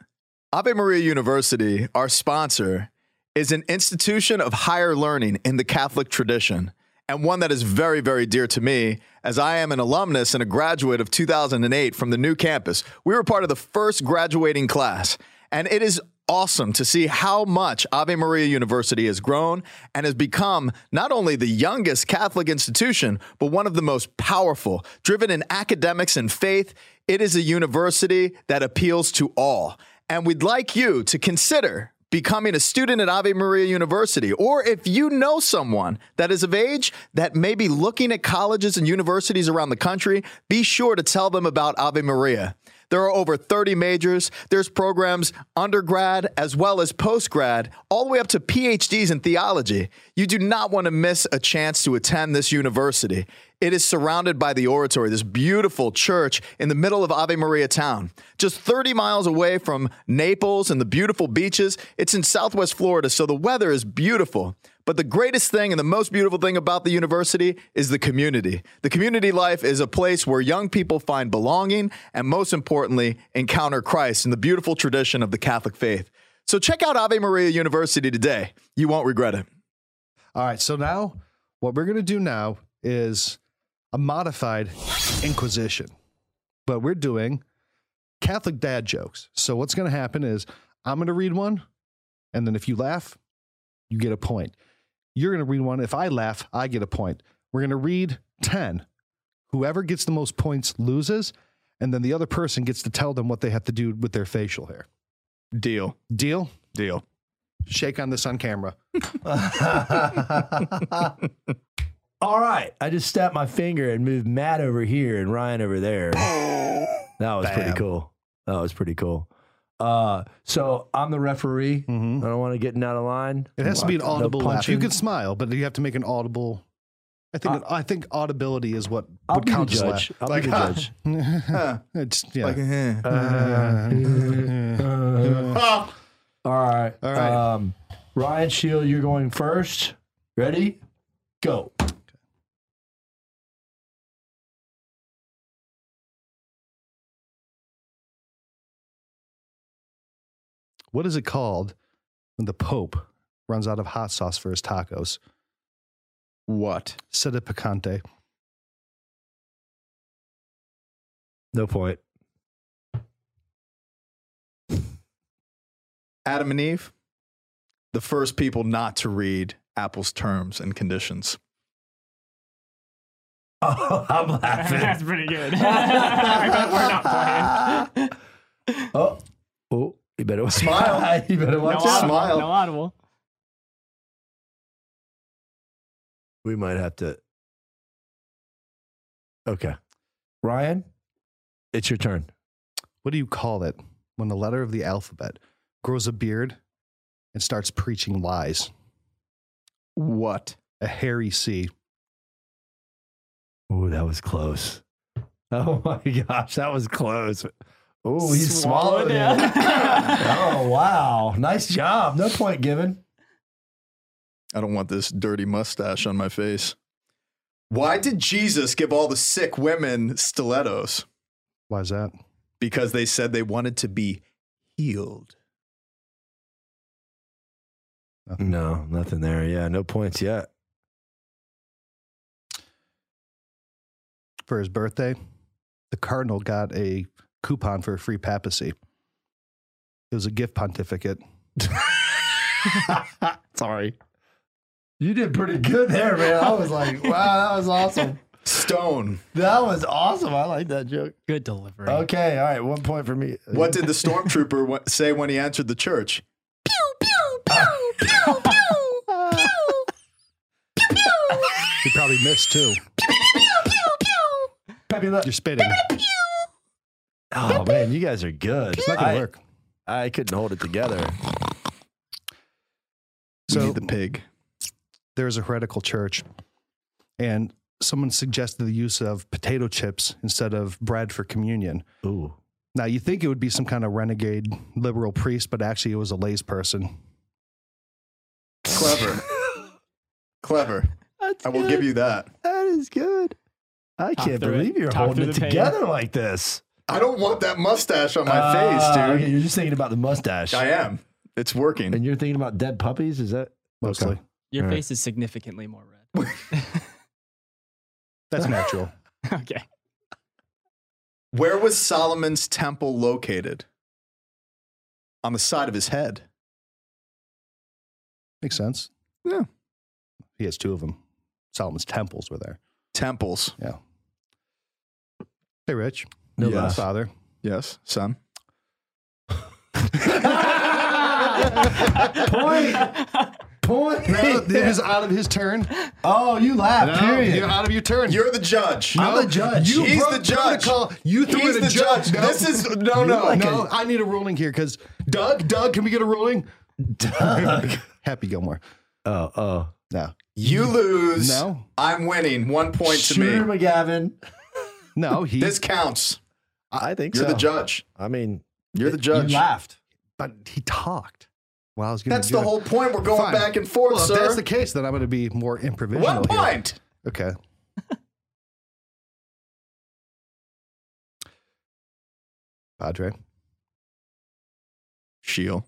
Speaker 3: Ave Maria University, our sponsor, is an institution of higher learning in the Catholic tradition and one that is very, very dear to me as I am an alumnus and a graduate of 2008 from the new campus. We were part of the first graduating class, and it is awesome to see how much Ave Maria University has grown and has become not only the youngest Catholic institution, but one of the most powerful, driven in academics and faith. It is a university that appeals to all. And we'd like you to consider becoming a student at Ave Maria University, or if you know someone that is of age that may be looking at colleges and universities around the country, be sure to tell them about Ave Maria. There are over 30 majors. There's programs undergrad as well as postgrad, all the way up to PhDs in theology. You do not want to miss a chance to attend this university. It is surrounded by the oratory, this beautiful church in the middle of Ave Maria town, just 30 miles away from Naples and the beautiful beaches. It's in Southwest Florida, so the weather is beautiful. But the greatest thing and the most beautiful thing about the university is the community. The community life is a place where young people find belonging and, most importantly, encounter Christ in the beautiful tradition of the Catholic faith. So check out Ave Maria University today. You won't regret it.
Speaker 2: All right. So now, what we're going to do now is a modified Inquisition, but we're doing Catholic dad jokes. So what's going to happen is I'm going to read one, and then if you laugh, you get a point. You're going to read one. If I laugh, I get a point. We're going to read 10. Whoever gets the most points loses, and then the other person gets to tell them what they have to do with their facial hair.
Speaker 3: Deal.
Speaker 2: Deal?
Speaker 3: Deal.
Speaker 2: Shake on this on camera.
Speaker 1: All right. I just snapped my finger and moved Matt over here and Ryan over there. That was pretty
Speaker 2: Bam.
Speaker 1: cool. That was pretty cool. Uh, so I'm the referee.
Speaker 2: Mm-hmm.
Speaker 1: I don't want to get out of line.
Speaker 2: It has to be an
Speaker 1: No
Speaker 2: audible laugh. You
Speaker 1: punching.
Speaker 2: can smile, but you have to make an audible. I think I think audibility is what
Speaker 1: I'll
Speaker 2: would
Speaker 1: be the
Speaker 2: count as
Speaker 1: judge. I'll
Speaker 3: Like,
Speaker 1: be the
Speaker 3: huh.
Speaker 1: judge.
Speaker 3: Huh.
Speaker 2: It's yeah.
Speaker 3: Like, eh.
Speaker 1: all right.
Speaker 2: All right.
Speaker 1: Um, Ryan Shield, you're going first. Ready? Go.
Speaker 2: what is it called when the Pope runs out of hot sauce for his tacos?
Speaker 3: what?
Speaker 2: Sede picante.
Speaker 1: No point.
Speaker 3: Adam and Eve, the first people not to read Apple's terms and conditions.
Speaker 1: Oh, I'm
Speaker 4: That's
Speaker 1: laughing.
Speaker 4: pretty good. We're not playing.
Speaker 1: oh, oh, you better
Speaker 3: Smile.
Speaker 1: you better
Speaker 4: No
Speaker 1: watch out.
Speaker 4: audible.
Speaker 3: Smile.
Speaker 4: No audible.
Speaker 1: We might have to. Okay. Ryan, it's your turn.
Speaker 2: What do you call it when the letter of the alphabet grows a beard and starts preaching lies?
Speaker 3: What?
Speaker 2: A hairy C.
Speaker 1: Oh, that was close. Oh my gosh, that was close. Oh, he
Speaker 4: Swallowed
Speaker 1: swallowed
Speaker 4: it.
Speaker 1: it. oh, wow. Nice job. No point given.
Speaker 3: I don't want this dirty mustache on my face. Why did Jesus give all the sick women stilettos?
Speaker 2: Why is that?
Speaker 3: Because they said they wanted to be healed.
Speaker 1: No, nothing there. Yeah, no points yet.
Speaker 2: For his birthday, the cardinal got a coupon for a free papacy. It was a gift pontificate.
Speaker 3: Sorry.
Speaker 1: You did pretty good there, man. I was like, wow, that was awesome.
Speaker 3: Stone.
Speaker 1: That was awesome. I like that joke.
Speaker 4: Good delivery.
Speaker 1: Okay, all right, one point for me.
Speaker 3: What did the stormtrooper wa- say when he entered the church?
Speaker 2: He probably missed too.
Speaker 1: Pepe Le-
Speaker 2: You're spitting.
Speaker 1: Oh man, you guys are good.
Speaker 2: It's not gonna
Speaker 1: I-
Speaker 2: work.
Speaker 1: I couldn't hold it together.
Speaker 3: We
Speaker 2: So
Speaker 3: need the pig.
Speaker 2: there's a heretical church, and someone suggested the use of potato chips instead of bread for communion.
Speaker 1: Ooh.
Speaker 2: Now you think it would be some kind of renegade liberal priest, but actually it was a lazy person.
Speaker 3: Clever. Clever. I will give you that.
Speaker 1: That is good. I
Speaker 4: Talk
Speaker 1: can't
Speaker 4: through it.
Speaker 1: believe you're
Speaker 4: Talk
Speaker 1: holding
Speaker 4: through
Speaker 1: it
Speaker 4: the pain.
Speaker 1: together like this.
Speaker 3: I don't want that mustache on my
Speaker 1: Ah,
Speaker 3: face,
Speaker 1: okay,
Speaker 3: dude.
Speaker 1: you're just thinking about the mustache.
Speaker 3: I am. It's working.
Speaker 1: And you're thinking about dead puppies? Is that
Speaker 2: Mostly,
Speaker 1: Okay.
Speaker 4: Your
Speaker 1: All right.
Speaker 4: face is significantly more red.
Speaker 2: that's natural.
Speaker 4: okay.
Speaker 3: Where was Solomon's temple located? On the side of his head.
Speaker 2: Makes sense.
Speaker 3: Yeah.
Speaker 2: He has two of them. Solomon's temples were there.
Speaker 3: Temples.
Speaker 2: Hey, Rich.
Speaker 1: no
Speaker 3: Yes.
Speaker 1: laugh.
Speaker 2: Father.
Speaker 3: Yes, son.
Speaker 1: Point.
Speaker 2: it is out of his turn.
Speaker 1: Oh, you laugh.
Speaker 2: No,
Speaker 1: Period.
Speaker 2: you're out of your turn.
Speaker 3: You're the judge.
Speaker 1: I'm the judge.
Speaker 2: You
Speaker 3: He's
Speaker 2: broke
Speaker 3: the judge.
Speaker 2: protocol. You threw
Speaker 3: He's
Speaker 2: in a
Speaker 3: the
Speaker 2: judge.
Speaker 3: judge.
Speaker 2: No.
Speaker 3: This is no,
Speaker 2: No,
Speaker 3: no.
Speaker 2: no, I need a ruling here because Doug, Doug, can we get a ruling? Doug. Happy Gilmore.
Speaker 1: oh, oh.
Speaker 2: No.
Speaker 3: You lose.
Speaker 2: No.
Speaker 3: I'm winning. One point to
Speaker 1: Shooter
Speaker 3: me.
Speaker 1: McGavin.
Speaker 2: No, he
Speaker 3: This counts.
Speaker 1: I think
Speaker 3: You're
Speaker 1: so.
Speaker 3: the judge.
Speaker 1: I mean,
Speaker 3: You're the judge.
Speaker 1: you laughed.
Speaker 2: but he talked. Well, I was gonna
Speaker 3: That's
Speaker 2: do
Speaker 3: the
Speaker 2: it.
Speaker 3: whole point. We're going
Speaker 2: Fine.
Speaker 3: back and forth,
Speaker 2: Well, if
Speaker 3: sir.
Speaker 2: that's the case, then I'm gonna be more improvisational.
Speaker 3: One
Speaker 2: here.
Speaker 3: point.
Speaker 2: Okay. Padre. What
Speaker 3: Shield.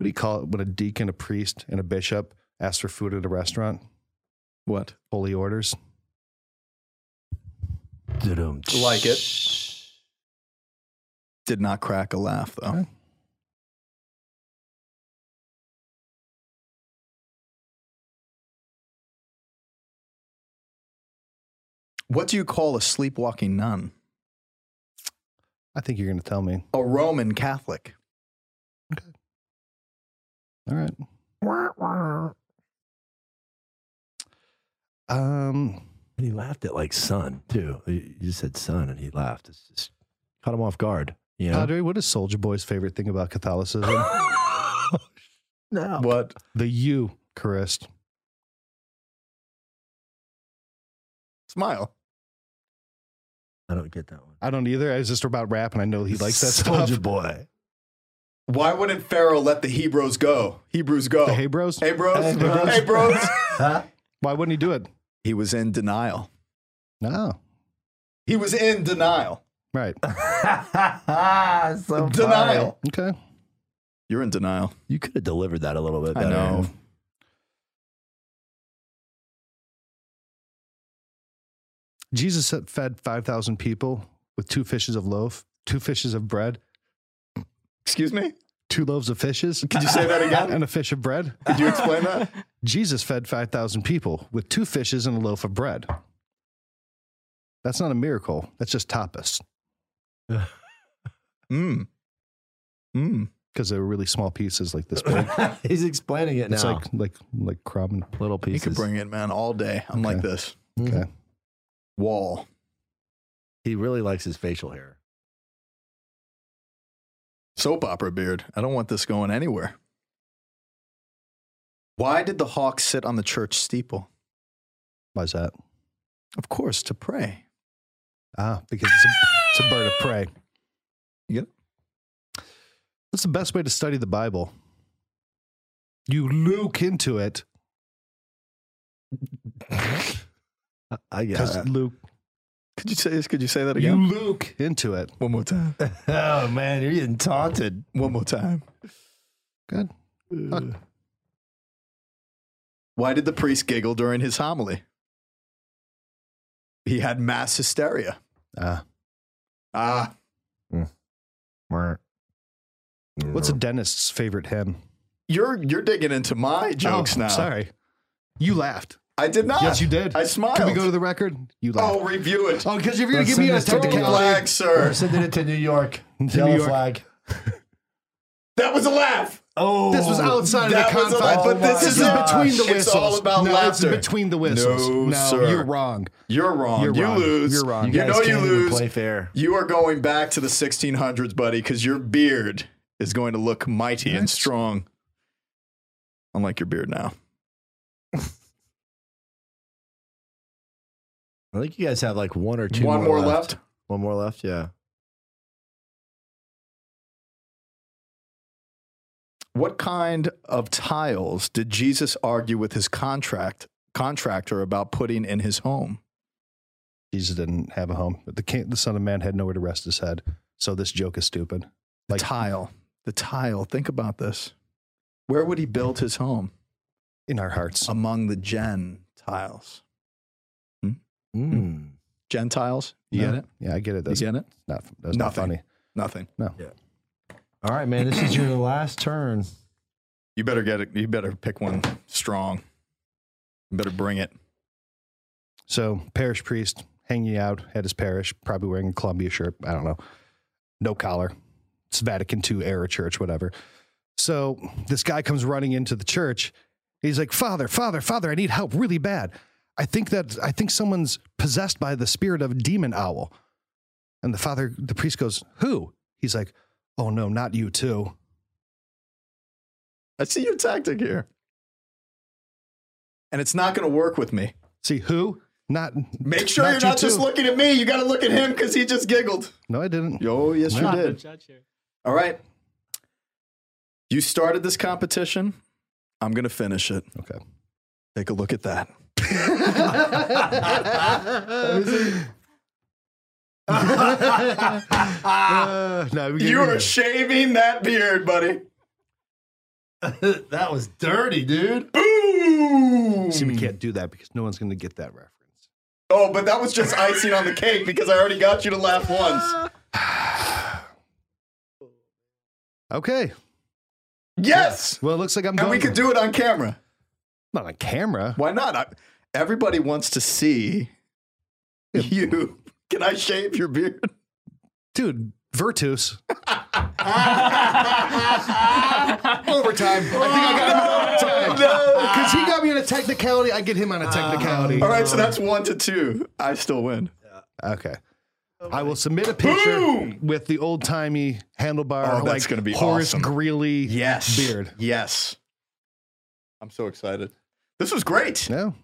Speaker 2: do you call it when a deacon, a priest, and a bishop ask for food at a restaurant?
Speaker 3: What?
Speaker 2: Holy orders.
Speaker 3: Like it. Did not crack a laugh though.
Speaker 2: Okay.
Speaker 3: What do you call a sleepwalking nun?
Speaker 2: I think you're gonna tell me.
Speaker 3: A Roman Catholic.
Speaker 2: All right. Um
Speaker 1: And he laughed at like son too. You you said son, and he laughed. It's just caught him off guard. You know.
Speaker 2: Padre, what is Soldier Boy's favorite thing about Catholicism?
Speaker 1: no.
Speaker 3: What?
Speaker 2: the U, Charist.
Speaker 3: Smile.
Speaker 1: I don't get that one.
Speaker 2: I don't either. I was just about rap, and I know he likes that stuff.
Speaker 1: Soldier boy.
Speaker 3: Why wouldn't Pharaoh let the Hebrews go? Hebrews go.
Speaker 2: The Hey Bros.
Speaker 3: Hey bros.
Speaker 1: Hey, bros.
Speaker 3: Hey, bros.
Speaker 1: Huh?
Speaker 2: Why wouldn't he do it?
Speaker 3: he was in denial.
Speaker 2: No.
Speaker 3: He was in denial.
Speaker 2: Right.
Speaker 1: So
Speaker 3: denial.
Speaker 1: funny.
Speaker 2: Okay.
Speaker 3: You're in denial.
Speaker 1: You could have delivered that a little bit.
Speaker 3: I
Speaker 1: better.
Speaker 3: know.
Speaker 2: Jesus had fed 5,000 people with two fishes of loaf, two fishes of bread,
Speaker 3: Excuse me?
Speaker 2: two loaves of fishes,
Speaker 3: Could you say that again?
Speaker 2: and a fish of bread.
Speaker 3: Could you explain that?
Speaker 2: Jesus fed 5,000 people with two fishes and a loaf of bread. That's not a miracle. That's just tapas
Speaker 3: Mm. Mm.
Speaker 2: because they were really small pieces like this big.
Speaker 1: He's explaining it now.
Speaker 2: It's like like like crumb. and-
Speaker 1: little
Speaker 3: You
Speaker 1: pieces.
Speaker 3: could bring it, man, all day. I'm like
Speaker 2: Okay.
Speaker 3: this.
Speaker 2: Okay.
Speaker 3: Wall.
Speaker 1: He really likes his facial hair.
Speaker 3: Soap opera beard. I don't want this going anywhere. Why did the hawk sit on the church steeple?
Speaker 2: Why's that?
Speaker 3: Of course, to pray.
Speaker 2: Ah, because it's a, it's a bird of prey.
Speaker 3: You get it?
Speaker 2: What's the best way to study the Bible? You look into it
Speaker 1: I- I
Speaker 2: because
Speaker 1: guess.
Speaker 2: Luke.
Speaker 3: Could you say this? Could you say that
Speaker 2: You
Speaker 3: again?
Speaker 2: look into it.
Speaker 3: One more time.
Speaker 1: oh man, you're getting taunted.
Speaker 3: One more time.
Speaker 2: Good.
Speaker 3: Why did the priest giggle during his homily? He had mass hysteria.
Speaker 2: Ah,
Speaker 3: Ah,
Speaker 2: what's a dentist's favorite hymn?
Speaker 3: you're you're digging into my jokes
Speaker 2: Oh,
Speaker 3: now.
Speaker 2: Sorry, you laughed.
Speaker 3: I did not.
Speaker 2: Yes, you did.
Speaker 3: I smiled.
Speaker 2: Can we go to the record? You laughed.
Speaker 3: oh, review it.
Speaker 2: Oh, because if you're gonna
Speaker 1: Let's
Speaker 2: give me
Speaker 1: send
Speaker 2: a
Speaker 1: this to
Speaker 3: Throw the
Speaker 2: technicality,
Speaker 3: flag, sir.
Speaker 1: We're sending it to New York.
Speaker 2: New
Speaker 1: Yellow
Speaker 2: York.
Speaker 1: flag.
Speaker 3: That was a laugh.
Speaker 1: Oh,
Speaker 2: this was outside of the
Speaker 3: That was a
Speaker 2: confines.
Speaker 3: laugh, but this
Speaker 1: my
Speaker 3: is
Speaker 2: This is
Speaker 1: gosh.
Speaker 2: between the whistles.
Speaker 3: It's all about
Speaker 2: no,
Speaker 3: laughter.
Speaker 2: It's between the whistles.
Speaker 3: No, sir.
Speaker 2: you're wrong.
Speaker 3: You're wrong.
Speaker 2: You're
Speaker 3: you
Speaker 2: wrong.
Speaker 3: lose.
Speaker 2: You're wrong.
Speaker 1: You
Speaker 2: You
Speaker 1: guys
Speaker 3: know you
Speaker 1: can't even
Speaker 3: lose.
Speaker 1: play fair.
Speaker 3: You are going back to the 1600s, buddy, because your beard is going to look mighty and strong. Unlike your beard now.
Speaker 1: I think you guys have like one or two.
Speaker 3: One more, left.
Speaker 1: One more left. Yeah.
Speaker 3: What kind of tiles did Jesus argue with his contract contractor about putting in his home?
Speaker 2: Jesus didn't have a home. But the king, the Son of Man had nowhere to rest his head. So this joke is stupid.
Speaker 3: The
Speaker 2: Like-
Speaker 3: tile. The tile. Think about this. Where would he build his home?
Speaker 2: In our hearts.
Speaker 3: Among the Gentiles.
Speaker 1: Mm.
Speaker 3: Gentiles? You
Speaker 2: No.
Speaker 3: get it?
Speaker 2: Yeah, I get it.
Speaker 3: You
Speaker 2: That's
Speaker 3: get it?
Speaker 2: not that's not
Speaker 3: Nothing.
Speaker 2: funny.
Speaker 3: Nothing.
Speaker 1: All right, man. This is your last turn.
Speaker 3: You better get it. You better pick one strong. You better bring it.
Speaker 2: So parish priest hanging out at his parish, probably wearing a Columbia shirt. I don't know. No collar. It's Vatican II era church, whatever. So this guy comes running into the church. He's like, Father, Father, Father, I need help really bad. I think that I think someone's possessed by the spirit of a demon owl. And the father, the priest goes, Who? He's like, Oh no, not you too.
Speaker 3: I see your tactic here. And it's not going to work with me.
Speaker 2: See, who? Not
Speaker 3: Make sure you're
Speaker 2: you
Speaker 3: not just
Speaker 2: too."
Speaker 3: looking at me. You got to look at him because he just giggled.
Speaker 2: No, I didn't.
Speaker 3: Yo, yes, you
Speaker 4: Not the
Speaker 3: did.
Speaker 4: judge here.
Speaker 3: All right. You started this competition. I'm going to finish it.
Speaker 2: Okay.
Speaker 3: Take a look at that. Ah,
Speaker 2: Uh, no, we
Speaker 3: You are shaving that beard, buddy.
Speaker 1: that was dirty, dude.
Speaker 3: Boom.
Speaker 2: See, we can't do that because no one's going to get that reference.
Speaker 3: Oh, but that was just icing on the cake because I already got you to laugh once.
Speaker 2: Okay.
Speaker 3: Yes.
Speaker 2: Well, it looks like I'm
Speaker 3: And
Speaker 2: going.
Speaker 3: we could do it on camera.
Speaker 2: not on camera.
Speaker 3: Why not? I, everybody wants to see you. Can I shave your beard?
Speaker 2: Dude, Virtus.
Speaker 3: Overtime.
Speaker 2: I think I got him Because he got me on a technicality, I get him on a technicality.
Speaker 3: All right, so that's one to two. I still win.
Speaker 2: Okay. I will submit a picture with the old timey handlebar,
Speaker 3: Oh, that's
Speaker 2: like
Speaker 3: gonna be
Speaker 2: Horace
Speaker 3: awesome.
Speaker 2: Greeley beard.
Speaker 3: Yes. I'm so excited. This was great.
Speaker 2: No,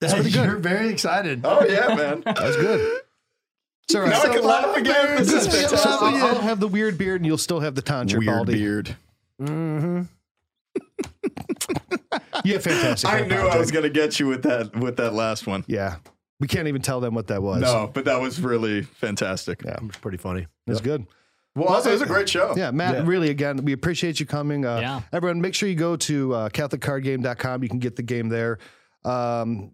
Speaker 1: That's pretty good. You're very excited.
Speaker 3: Oh yeah, man.
Speaker 2: that's good. It's all right.
Speaker 3: now I can laugh again. This is
Speaker 2: So I'll,
Speaker 3: fantastic.
Speaker 2: I'll have the weird beard, and you'll still have the tonsure baldy.
Speaker 3: beard.
Speaker 2: Yeah, fantastic.
Speaker 3: I knew I
Speaker 2: apologize.
Speaker 3: was gonna get you with that with that last one.
Speaker 2: Yeah, we can't even tell them what that was.
Speaker 3: No, but that was really fantastic.
Speaker 2: Yeah.
Speaker 1: It's pretty funny.
Speaker 2: it's good.
Speaker 3: Well, also, it was a great show.
Speaker 2: Yeah, Matt,
Speaker 1: Yeah.
Speaker 2: really, again, we appreciate you coming. Uh,
Speaker 4: Yeah.
Speaker 2: Everyone, make sure you go to uh, CatholicCardGame.com. You can get the game there. Um,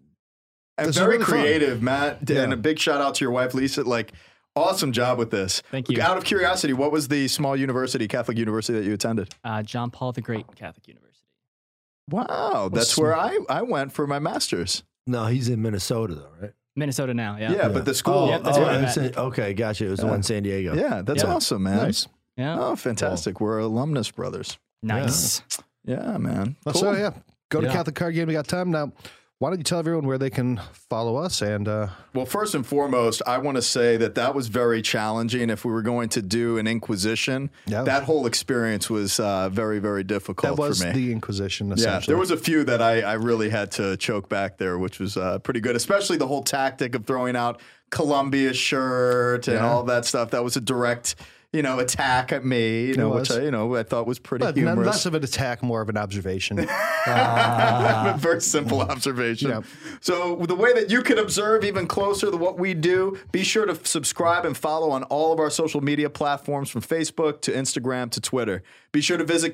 Speaker 2: This
Speaker 3: and
Speaker 2: was
Speaker 3: very
Speaker 2: really fun.
Speaker 3: creative, Matt. And
Speaker 2: Yeah.
Speaker 3: a big shout out to your wife, Lisa. Like, awesome job with this.
Speaker 4: Thank you.
Speaker 3: Out of curiosity, what was the small university, Catholic university that you attended?
Speaker 4: Uh, John Paul the Great Catholic University.
Speaker 3: Wow, that's where I, I went for my master's.
Speaker 1: No, he's in Minnesota though, right?
Speaker 4: Minnesota now, yeah.
Speaker 3: Yeah, but the school.
Speaker 4: Yep, that's
Speaker 1: oh,
Speaker 4: where I'm
Speaker 1: I
Speaker 4: at.
Speaker 1: said- okay, gotcha. It was the
Speaker 3: Yeah.
Speaker 1: one in San Diego.
Speaker 3: yeah, that's
Speaker 1: Yeah.
Speaker 3: awesome, man.
Speaker 2: nice.
Speaker 4: Yeah.
Speaker 3: Oh, fantastic. We're alumnus brothers.
Speaker 4: Nice.
Speaker 3: Yeah, man.
Speaker 2: Well,
Speaker 3: Cool.
Speaker 2: So yeah, go to
Speaker 1: Yeah.
Speaker 2: Catholic Card Game. We got time now. Why don't you tell everyone where they can follow us? And uh,
Speaker 3: Well, first and foremost, I want to say that that was very challenging. If we were going to do an Inquisition,
Speaker 2: Yeah.
Speaker 3: that whole experience was uh, very, very
Speaker 2: that
Speaker 3: difficult
Speaker 2: was
Speaker 3: for me.
Speaker 2: the Inquisition.
Speaker 3: yeah,
Speaker 2: Essentially,
Speaker 3: there was a few that I, I really had to choke back there, which was uh, pretty good, especially the whole tactic of throwing out Columbia shirt and all that stuff. That was a direct, you know, attack at me, you know, which
Speaker 2: was.
Speaker 3: I, you know, I thought was pretty
Speaker 2: but none-
Speaker 3: humorous.
Speaker 2: less of an attack, more of an observation.
Speaker 3: a very simple observation.
Speaker 2: Yeah.
Speaker 3: So the way that you can observe even closer to what we do, be sure to subscribe and follow on all of our social media platforms from Facebook to Instagram to Twitter. Be sure to visit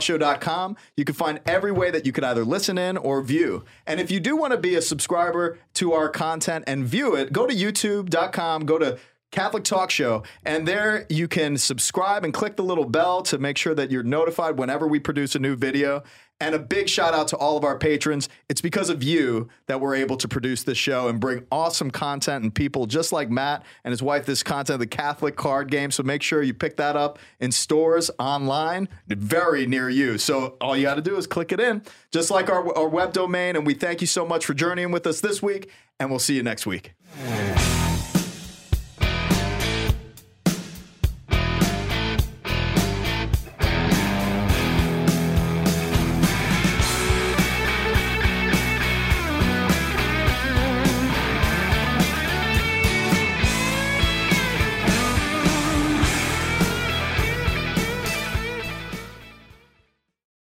Speaker 3: CatholicTalkShow.com. You can find every way that you could either listen in or view. And if you do want to be a subscriber to our content and view it, go to YouTube.com, go to Catholic Talk Show. And there you can subscribe and click the little bell to make sure that you're notified whenever we produce a new video. And a big shout out to all of our patrons. It's because of you that we're able to produce this show and bring awesome content and people just like Matt and his wife this content, the Catholic card game. So make sure you pick that up in stores online, very near you. So all you got to do is click it in, just like our, our web domain. And we thank you so much for journeying with us this week, and we'll see you next week.